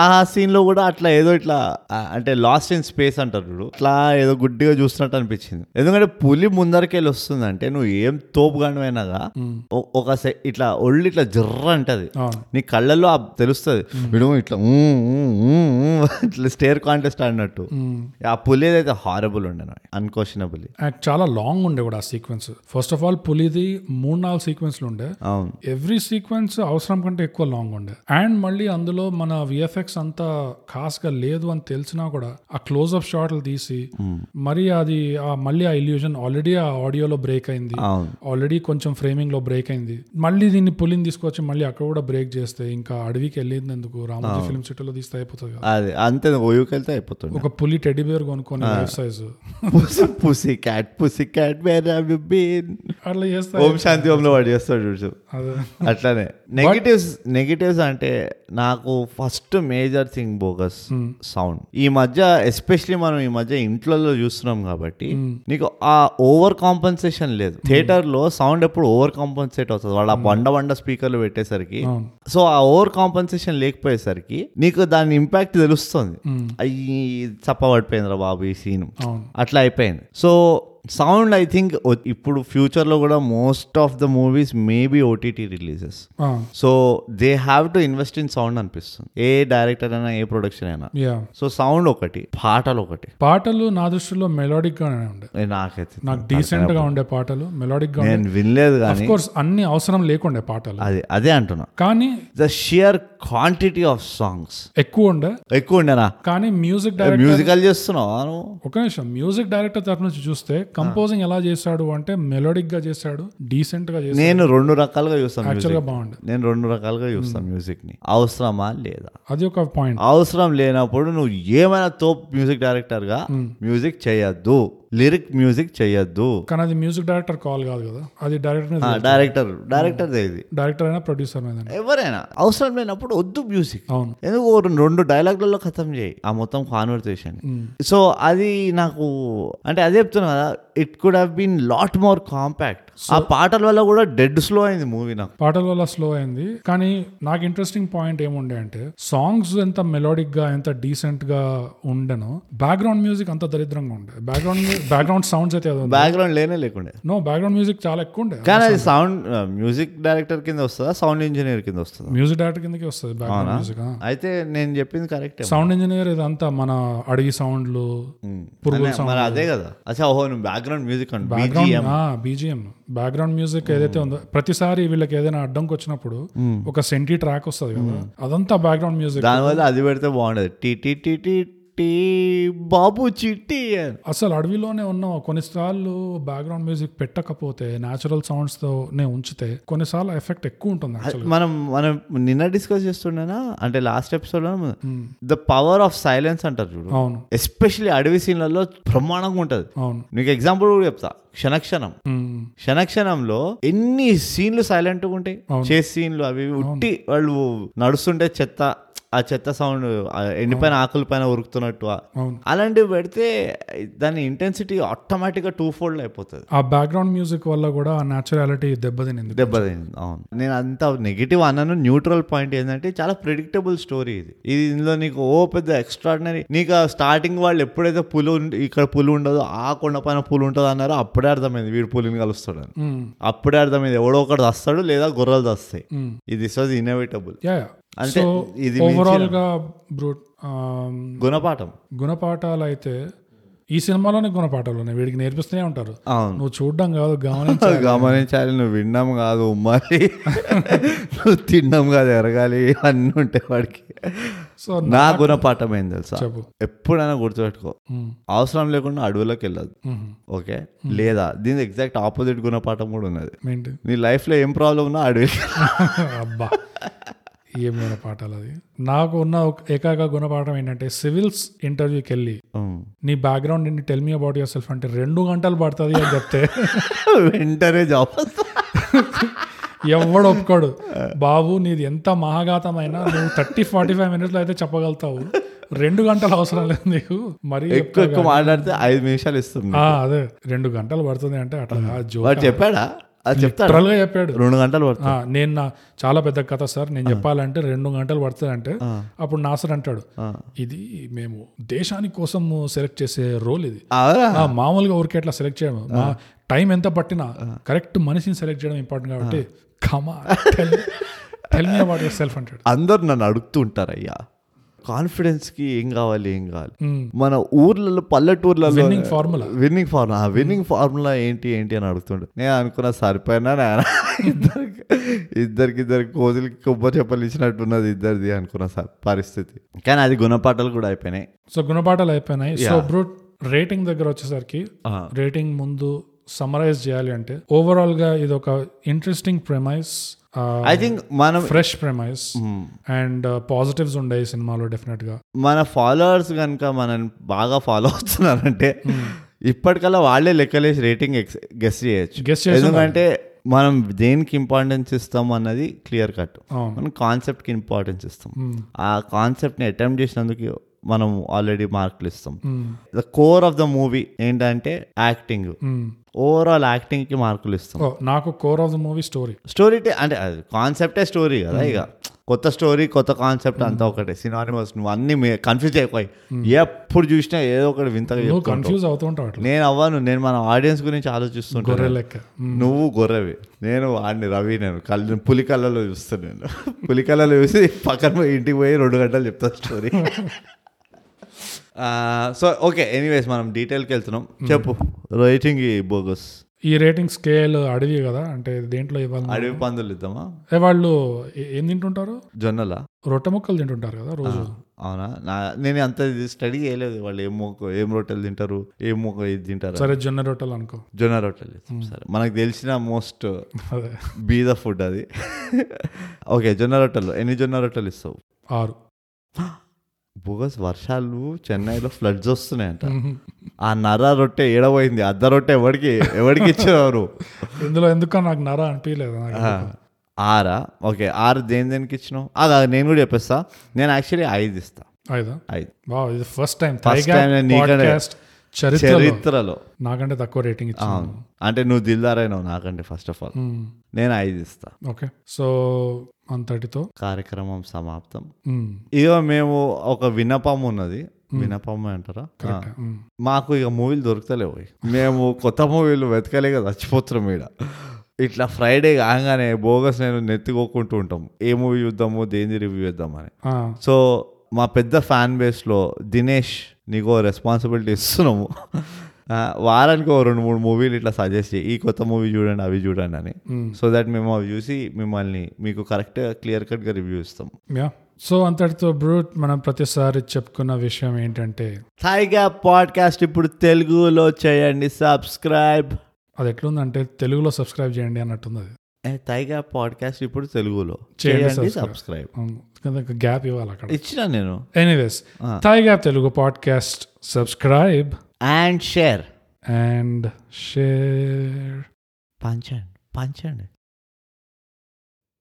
S2: ఆ సీన్ లో కూడా అట్లా ఏదో ఇట్లా ఆ, అంటే లాస్ట్ ఇన్ స్పేస్ అంటారు చూడు అట్లా ఏదో గుడ్డిగా చూస్తున్నట్టు అనిపించింది ఎందుకంటే పులి ముందరికెళ్ళి వస్తుందంటే నువ్వు ఏం తోపుగాండమైనా లాగా ఒ- ఒక సె- ఇట్లా ఒళ్ళు ఇట్లా జర్ర అంటది
S1: అవును.
S2: నీ కళ్ళల్లో ఆ తెలుస్తుంది వీడు ఇట్లా ఊ, ఊ, ఊ, ఊ ఇట్లా స్టేర్ కాంటెస్ట్ అన్నట్టు ఆ పులి అయితే హారబుల్ ఉండను అన్క్వశ్చనబుల్
S1: అండ్ చాలా లాంగ్ ఉండే కూడా ఆ సీక్వెన్స్ ఫస్ట్ ఆఫ్ ఆల్ పులిది మూడు నాలుగు సీక్వెన్స్లు ఉండే
S2: అవును
S1: ఎవ్రీ సీక్వెన్స్ అవసరం కంటే ఎక్కువ లాంగ్ ఉండే అండ్ మళ్ళీ అందులో మన విఎఫ్ఎక్స్ అంతా ఖాస్గా లేదు అని తెలిసినా కూడా ఆ క్లోజ్అప్ షాట్లు తీసి మరి అది ఆ మళ్ళీ ఆ ఇల్యూజన్ ఆల్రెడీ ఆ ఆడియోలో బ్రేక్ అయింది
S2: అవును
S1: ఆల్రెడీ కొంచెం ఫ్రేమింగ్ లో బ్రేక్ అయింది మళ్ళీ దీన్ని పులిని తీసుకొచ్చి మళ్ళీ అక్కడ కూడా బ్రేక్ చేస్తే ఇంకా అడవికి వెళ్ళింది ఎందుకు రామోజీ ఫిల్మ్ సిటీలో తీస్తే అయిపోతుంది కదా
S2: అదే అంతే ఓయూకెళ్తే అయిపోతుంది
S1: ఒక పులి టెడ్డీ బేర్ కొనుక్కొని life size
S2: pussy pussy cat pussy cat where been
S1: అట్లా చేస్తే
S2: ఓం శాంతి ఓంలో వాడు చేస్తాడు చూడు
S1: అదే
S2: అట్లానే నెగిటివ్స్ నెగిటివ్స్ అంటే నాకు first major thing bogus sound ఈ మధ్య ఎస్పెషలీ మనం ఈ మధ్య ఇంట్లలో చూస్తున్నాం కాబట్టి నీకు ఆ ఓవర్ కాంపన్సేషన్ లేదు థియేటర్ లో సౌండ్ ఎప్పుడు ఓవర్ కాంపన్సేట్ అవుతుంది వాళ్ళు ఆ బండ బండ స్పీకర్లు పెట్టేసరికి
S1: అవును
S2: సో ఆ ఓవర్ కాంపన్సేషన్ లేకపోయేసరికి నీకు దాని ఇంపాక్ట్ తెలుస్తుంది అయ్యి చప్పబడిపోయిందిరా బాబు ఈ సీన్
S1: అవును
S2: అట్లా అయిపోయింది సో సౌండ్ ఐ థింక్ ఇప్పుడు ఫ్యూచర్లో కూడా most of the movies maybe OTT releases so they have to invest in sound అనిపిస్తుంది ఏ డైరెక్టర్ అయినా ఏ ప్రొడక్షన్ అయినా
S1: యా
S2: సో సౌండ్ ఒకటి పాటలు ఒకటి
S1: పాటలు నా దృష్టిలో మెలోడిక్ గానే ఉండే
S2: ఏ నాకైతే
S1: నాకు డీసెంట్ గా ఉండే పాటలు మెలోడిక్ గా
S2: నేను వినలేదు
S1: అఫ్
S2: కానీ
S1: కోర్స్ అన్ని అవసరం లేకుండే పాటలు
S2: అది అదే అంటున్నా
S1: కానీ
S2: the sheer quantity of songs
S1: ఎక్కువ ఉండే
S2: ఎక్కువ ఉండేనా
S1: కానీ మ్యూజిక్ డైరెక్టర్
S2: మ్యూజికల్ చేస్తున్నావా నువ్వు
S1: ఒక నిమిషం మ్యూజిక్ డైరెక్టర్ తరఫు నుంచి చూస్తే కంపోజింగ్ ఎలా చేశాడు అంటే మెలోడిక్ గా చేశాడు డీసెంట్ గా చేశాడు
S2: నేను రెండు రకాలుగా చూస్తాను
S1: యాక్చువల్
S2: మ్యూజిక్
S1: గా బాగుండే
S2: నేను రెండు రకాలుగా చూస్తాను మ్యూజిక్ ని అవసరమా లేదా
S1: అది ఒక పాయింట్
S2: అవసరం లేనప్పుడు నువ్వు ఏమైనా తోపు మ్యూజిక్ డైరెక్టర్ గా మ్యూజిక్ చేయొద్దు లిరిక్ మ్యూజిక్ చేయొద్దు
S1: కానీ అది మ్యూజిక్ డైరెక్టర్ కాల్ కాదు కదా అది డైరెక్టర్
S2: డైరెక్టర్ డైరెక్టర్ ఇది
S1: డైరెక్టర్ అయినా ప్రొడ్యూసర్ మీద
S2: ఎవరైనా అవసరం లేనప్పుడు వద్దు మ్యూజిక్
S1: అవును
S2: ఎందుకు ఓ రెండు- రెండు డైలాగ్లలో ఖతం చేయి ఆ మొత్తం కాన్వర్సేషన్ సో అది నాకు అంటే అదే చెప్తున్నా కదా it could have been lot more compact ఆ పాటల వల్ల కూడా డెడ్ స్లో అయింది మూవీ నాకు
S1: పాటల వల్ల స్లో అయింది కానీ నాకు ఇంట్రెస్టింగ్ పాయింట్ ఏముండే అంటే సాంగ్స్ ఎంత మెలోడిక్ గా ఎంత డీసెంట్ గా ఉండను బ్యాక్గ్రౌండ్ మ్యూజిక్ అంత దరిద్రంగా ఉండే బ్యాక్గ్రౌండ్ బ్యాక్గ్రౌండ్ సౌండ్స్ అయితే అది
S2: బ్యాక్గ్రౌండ్ లేనే లేకుండే
S1: నో బ్యాక్గ్రౌండ్ మ్యూజిక్ చాలా ఎక్కువ ఉండే
S2: కానీ అది సౌండ్ మ్యూజిక్ డైరెక్టర్ కింద వస్తుందా సౌండ్ ఇంజనీర్ కింద వస్తుందా
S1: మ్యూజిక్ డైరెక్టర్ కిందకి వస్తుంది బ్యాక్గ్రౌండ్ మ్యూజిక్ ఆ.
S2: అయితే నేను చెప్పింది కరెక్ట్
S1: సౌండ్ ఇంజనీర్ ఇదంతా మన అడిగి సౌండ్లు పురుగుల
S2: మరి అదే కదా అసలు ఓహో నువ్వు background music and BGM
S1: background BGM background music ఏదైతే ఉందో ప్రతిసారి వీళ్ళకి ఏదైనా అడ్డంకి వచ్చినప్పుడు ఒక సెంటీ ట్రాక్ వస్తుంది కదా అదంతా బ్యాక్గ్రౌండ్ మ్యూజిక్
S2: దానివల్ల అది పెడితే బాగుండదు టీ టీ టీ టీ టీ బాబు చిట్టి అని
S1: అసలు అడవిలోనే ఉన్న కొన్నిసార్లు బ్యాక్గ్రౌండ్ మ్యూజిక్ పెట్టకపోతే న్యాచురల్ సౌండ్స్ తో నే ఉంచితే కొన్నిసార్లు ఎఫెక్ట్ ఎక్కువ ఉంటుంది యాక్చువల్గా
S2: మనం మనం నిన్న డిస్కస్ చేస్తుండేనా అంటే last episode the power of silence అంటారు చూడు
S1: అవును
S2: ఎస్పెషలీ అడవి సీన్లలో బ్రహ్మాండంగా ఉంటుంది
S1: అవును
S2: నీకు ఎగ్జాంపుల్ కూడా చెప్తా క్షణక్షణం
S1: మ్మ్.
S2: క్షణక్షణంలో ఎన్ని సీన్లు సైలెంట్గా ఉంటాయి చేసి సీన్లు అవి ఇవి ఉట్టి వాళ్ళు నడుస్తుంటే చెత్త ఆ చెత్త సౌండ్ ఎండిపైన ఆకుల పైన ఉరుకుతున్నట్టు ఆ-
S1: అవును.
S2: అలాంటివి పెడితే దాని ఇంటెన్సిటీ ఆటోమేటిక్గా టూ ఫోల్డ్ అయిపోతుంది
S1: ఆ బ్యాక్గ్రౌండ్ మ్యూజిక్ వల్ల కూడా ఆ న్యాచురాలిటీ దెబ్బతినింది
S2: దెబ్బతింది అవును నేను అంత నెగిటివ్ అన్నాను న్యూట్రల్ పాయింట్ ఏంటంటే చాలా ప్రిడిక్టబుల్ స్టోరీ ఇది ఇది ఇందులో నీకు ఓ పెద్ద ఎక్స్ట్రాడినరీ నీకు ఆ స్టార్టింగ్ వాళ్ళు ఎప్పుడైతే పులి ఉండ- ఇక్కడ పులి ఉండదు ఆ కొండ పైన పులి ఉంటుంది అన్నారో అప్పుడే అర్థమైంది వీడు పులిని కలుస్తాడని
S1: మ్మ్.
S2: అప్పుడే అర్థమైంది ఎవడో ఒకటి వస్తాడు లేదా గొర్రెలు దస్తాయి
S1: మ్మ్.
S2: ఇది దిస్ వాజ్ ఇన్నోవేటబుల్
S1: యా
S2: అంటే
S1: సో
S2: ఇది
S1: ఓవరాల్ గా బ్రూట్
S2: గుణపాఠం
S1: గుణపాఠాలు అయితే ఈ సినిమాలోనే గుణపాఠాలు ఉన్నాయి వీడికి నేర్పిస్తూనే ఉంటారు
S2: అవును
S1: నువ్వు చూడడం కాదు గమనించ
S2: *laughs* గమనించాలి నువ్వు విన్నాం కాదు ఉమ్మాలి నువ్వు తిన్నాం కాదు ఎరగాలి అన్నీ ఉంటాయి వాడికి
S1: సో
S2: నా గుణపాఠం ఏం తెలుసా
S1: చెప్పు
S2: ఎప్పుడైనా గుర్తుపెట్టుకో
S1: మ్మ్.
S2: అవసరం లేకుండా అడవులకు వెళ్ళదు
S1: మ్మ్.
S2: ఓకే లేదా దీని ఎగ్జాక్ట్ ఆపోజిట్ గుణపాఠం కూడా ఉన్నది
S1: ఏంటి
S2: నీ లైఫ్లో ఏం ప్రాబ్లం ఉన్నా అడవికి
S1: అబ్బా ఏం గుణపాఠాలు అది నాకు ఉన్న ఒక ఏకాక గుణపాఠం ఏంటంటే సివిల్స్ ఇంటర్వ్యూకి వెళ్ళి *laughs*
S2: ఉమ్.
S1: నీ బ్యాక్గ్రౌండ్ ఏంటి tell me about yourself అంటే రెండు గంటలు పడుతుంది అని చెప్తే
S2: వెంటనే జాబ్ వస్తా
S1: ఎవడు ఒప్పుకోడు బాబు నీది ఎంత మహాఘాతమైనా నువ్వు థర్టీ ఫార్టీ ఫైవ్ మినిట్స్లో అయితే చెప్పగలుగుతావు రెండు గంటలు అవసరం లేదు నీకు మరి
S2: ఎక్కువ ఎక్కువ మాట్లాడితే ఐదు నిమిషాలు ఇస్తుంది
S1: అదే రెండు గంటలు పడుతుంది అంటే అట్లా కాదు, జోక్
S2: వాడు చెప్పాడా అది చెప్తాడు
S1: లిటరల్ గా చెప్పాడు
S2: రెండు గంటలు పడుతుంది
S1: ఆ, నేను నా చాలా పెద్ద కథ సార్ నేను చెప్పాలంటే రెండు గంటలు పడుతుందంటే అప్పుడు నాసర్ అంటాడు ఇది మేము దేశాని కోసం సెలెక్ట్ చేసే రోల్ ఇది
S2: అవునా
S1: ఆ, మామూలుగా ఊరికే అట్లా సెలెక్ట్ చేయము మా టైం ఎంత పట్టినా కరెక్ట్ మనిషిని సెలెక్ట్ చేయడం ఇంపార్టెంట్ కాబట్టి comma tell me about yourself అంటాడు
S2: అందరు నన్ను అడుగుతుంటారు అయ్యా కాన్ఫిడెన్స్ కి ఏం కావాలి ఏం కావాలి మన ఊర్లలో పల్లెటూర్లలో
S1: Winning formula.
S2: Winning formula winning formula ఏంటి ఏంటి అని అడుగుతుండే నేను అనుకున్నా సరిపోయినా నా- ఇద్దరికి ఇద్దరికి ఇద్దరికి కోతులకి కొబ్బరి చెప్పలు ఇచ్చినట్టున్నది ఇద్దరిది అనుకున్నా సార్ పరిస్థితి కానీ అది గుణపాఠాలు కూడా అయిపోయినాయి
S1: సో గుణపాఠాలు అయిపోయినాయి సో
S2: Yeah.
S1: బ్రో రేటింగ్ దగ్గర వచ్చేసరికి
S2: Ah.
S1: రేటింగ్ ముందు సమరైజ్ చేయాలి అంటే ఓవరాల్ గా ఇది ఒక ఇంట్రెస్టింగ్ ప్రెమైస్
S2: ఐ థింక్ మనం
S1: fresh premise
S2: Mm-hmm.
S1: And positives uh, ఉండే ఈ సినిమాలో డెఫినెట్ గా
S2: మన ఫాలోవర్స్ కనుక మనల్ని బాగా ఫాలో అవుతున్నారంటే ఇప్పటికల్లా వాళ్ళే లెక్కలేసి రేటింగ్ గెస్
S1: Guess
S2: చేయొచ్చు
S1: చేస్తున్నారు.
S2: ఎందుకంటే మనం దేనికి ఇంపార్టెన్స్ ఇస్తాం అన్నది క్లియర్ కట్
S1: అవును.
S2: మనం కాన్సెప్ట్కి ఇంపార్టెన్స్ ఇస్తాం ఆ కాన్సెప్ట్ని అటెంప్ట్ చేసినందుకు మనం ఆల్రెడీ మార్కులు ఇస్తాం the core of the movie ఏంటంటే యాక్టింగ్ ఓవరాల్ యాక్టింగ్కి మార్కులు ఇస్తాం
S1: ఓ Mm. Oh, నాకు core of the movie story
S2: story అంటే అది కాన్సెప్టే స్టోరీ కదా ఇక కొత్త స్టోరీ కొత్త కాన్సెప్ట్ అంతా ఒకటే సినిమానిమస్ నువ్వు అన్ని కన్ఫ్యూజ్ అయిపోయి ఎప్పుడు చూసినా ఏదో ఒకటి వింతగా
S1: నువ్వు
S2: చెప్తావు
S1: కన్ఫ్యూజ్ అవుతూ ఉంటావు అట్లా
S2: నేను అవ్వను నేను మన ఆడియన్స్ గురించి ఆలోచిస్తుంటాను
S1: గొర్రె లెక్క
S2: నువ్వు గొర్రెవి నేను వాడిని రవి నేను కళ్ళు పులి కళ్ళలో చూస్తాను నేను *laughs* పులి కళ్ళలో చూసి పక్కన పోయి ఇంటికి పోయి రెండు గంటలు చెప్తాను *laughs* స్టోరీ సో ఓకే ఎనీవేస్ మనం డీటెయిల్కి వెళ్తున్నాం చెప్పు రైటింగ్ బోగస్
S1: ఈ రేటింగ్ స్కేల్ అడవి కదా అంటే దేంట్లో ఇవ్వాలి
S2: అడవి పందులు ఇద్దామా
S1: ఏ వాళ్ళు ఏ- ఏం తింటుంటారు
S2: జొన్నలా
S1: రొట్టె ముక్కలు తింటుంటారు కదా రోజు
S2: అవునా నా నేను అంత స్టడీ చేయలేదు వాళ్ళు ఏం మొక్క ఏం రొట్టెలు తింటారు ఏం మొక్క ఇది తింటారు
S1: సరే జొన్న రొట్టెలు అనుకో
S2: జొన్న రొట్టెలు సరే మనకు తెలిసిన మోస్ట్
S1: అదే
S2: బీద ఫుడ్ అది *laughs* ఓకే జొన్న రొట్టెలు ఎన్ని జొన్న రొట్టెలు ఇస్తావు
S1: ఆరు
S2: బోగస్ వర్షాలు చెన్నైలో ఫ్లడ్స్ వస్తున్నాయంట ఆ నర రొట్టె ఏడబోయింది అద్ద రొట్టె ఎవరికి ఎవరికి ఇచ్చేవారు
S1: ఇందులో ఎందుకో నాకు నర అనిపించలేదు నాకు
S2: ఆ, ఆరా ఓకే ఆరు దేని దేనికి ఇచ్చినావు అదా నేను కూడా చెప్పేస్తా నేను యాక్చువల్లీ ఐదు ఇస్తా
S1: ఐదా
S2: ఐదు
S1: వావ్ ఇది ఫస్ట్ టైం
S2: First time నేను నీకంటే-
S1: పాడ్కాస్ట్ చరిత్రలో
S2: చరిత్రలో
S1: నాకంటే తక్కువ రేటింగ్ ఇచ్చాను
S2: అవును. అంటే నువ్వు దిల్దారైనావు నాకంటే ఫస్ట్ ఆఫ్ ఆల్
S1: Hmm.
S2: నేను ఐదు ఇస్తా
S1: ఓకే సో అంతటితో
S2: కార్యక్రమం సమాప్తం
S1: మ్మ్.
S2: ఇక మేము ఒక వినపం ఉన్నది వినపం అంటారా ఆ.
S1: మ్మ్.
S2: మాకు ఇక మూవీలు దొరుకుతలేవు మేము కొత్త మూవీలు వెతకలేక చచ్చిపోతున్నాం ఇక్కడ ఇట్లా ఫ్రైడే కాగానే బోగస్ నేను నెత్తికోకుంటూ ఉంటాం ఏ మూవీ చూద్దాము దేని రివ్యూ చేద్దామని
S1: ఆ,
S2: సో మా పెద్ద ఫ్యాన్ బేస్లో దినేష్ నీకు రెస్పాన్సిబిలిటీ ఇస్తున్నాము ఆ, వారానికి ఓ రెండు మూడు మూవీలు ఇట్లా సజెస్ట్ చేయి ఈ కొత్త మూవీ చూడండి అవి చూడండి అని సో దట్ మేము అవి చూసి మిమ్మల్ని మీకు కరెక్ట్గా క్లియర్ కట్గా రివ్యూ ఇస్తాం
S1: యా సో అంతటితో బ్రూట్ మనం ప్రతిసారి చెప్పుకున్న విషయం ఏంటంటే
S2: థాయిగా పాడ్కాస్ట్ ఇప్పుడు తెలుగులో చేయండి సబ్స్క్రైబ్
S1: అది ఎట్లుందంటే తెలుగులో సబ్స్క్రైబ్ చేయండి అన్నట్టుంది అది
S2: థాయిగా పాడ్కాస్ట్ ఇప్పుడు తెలుగులో
S1: చేయండి
S2: చేయండి
S1: subscribe.
S2: సబ్స్క్రైబ్
S1: గ్యాప్ ఇవ్వాలి అక్కడ
S2: ఇచ్చిన నేను
S1: ఎనీవేస్ థాయిగా Telugu podcast subscribe
S2: and share
S1: and share
S2: పంచండి పంచండి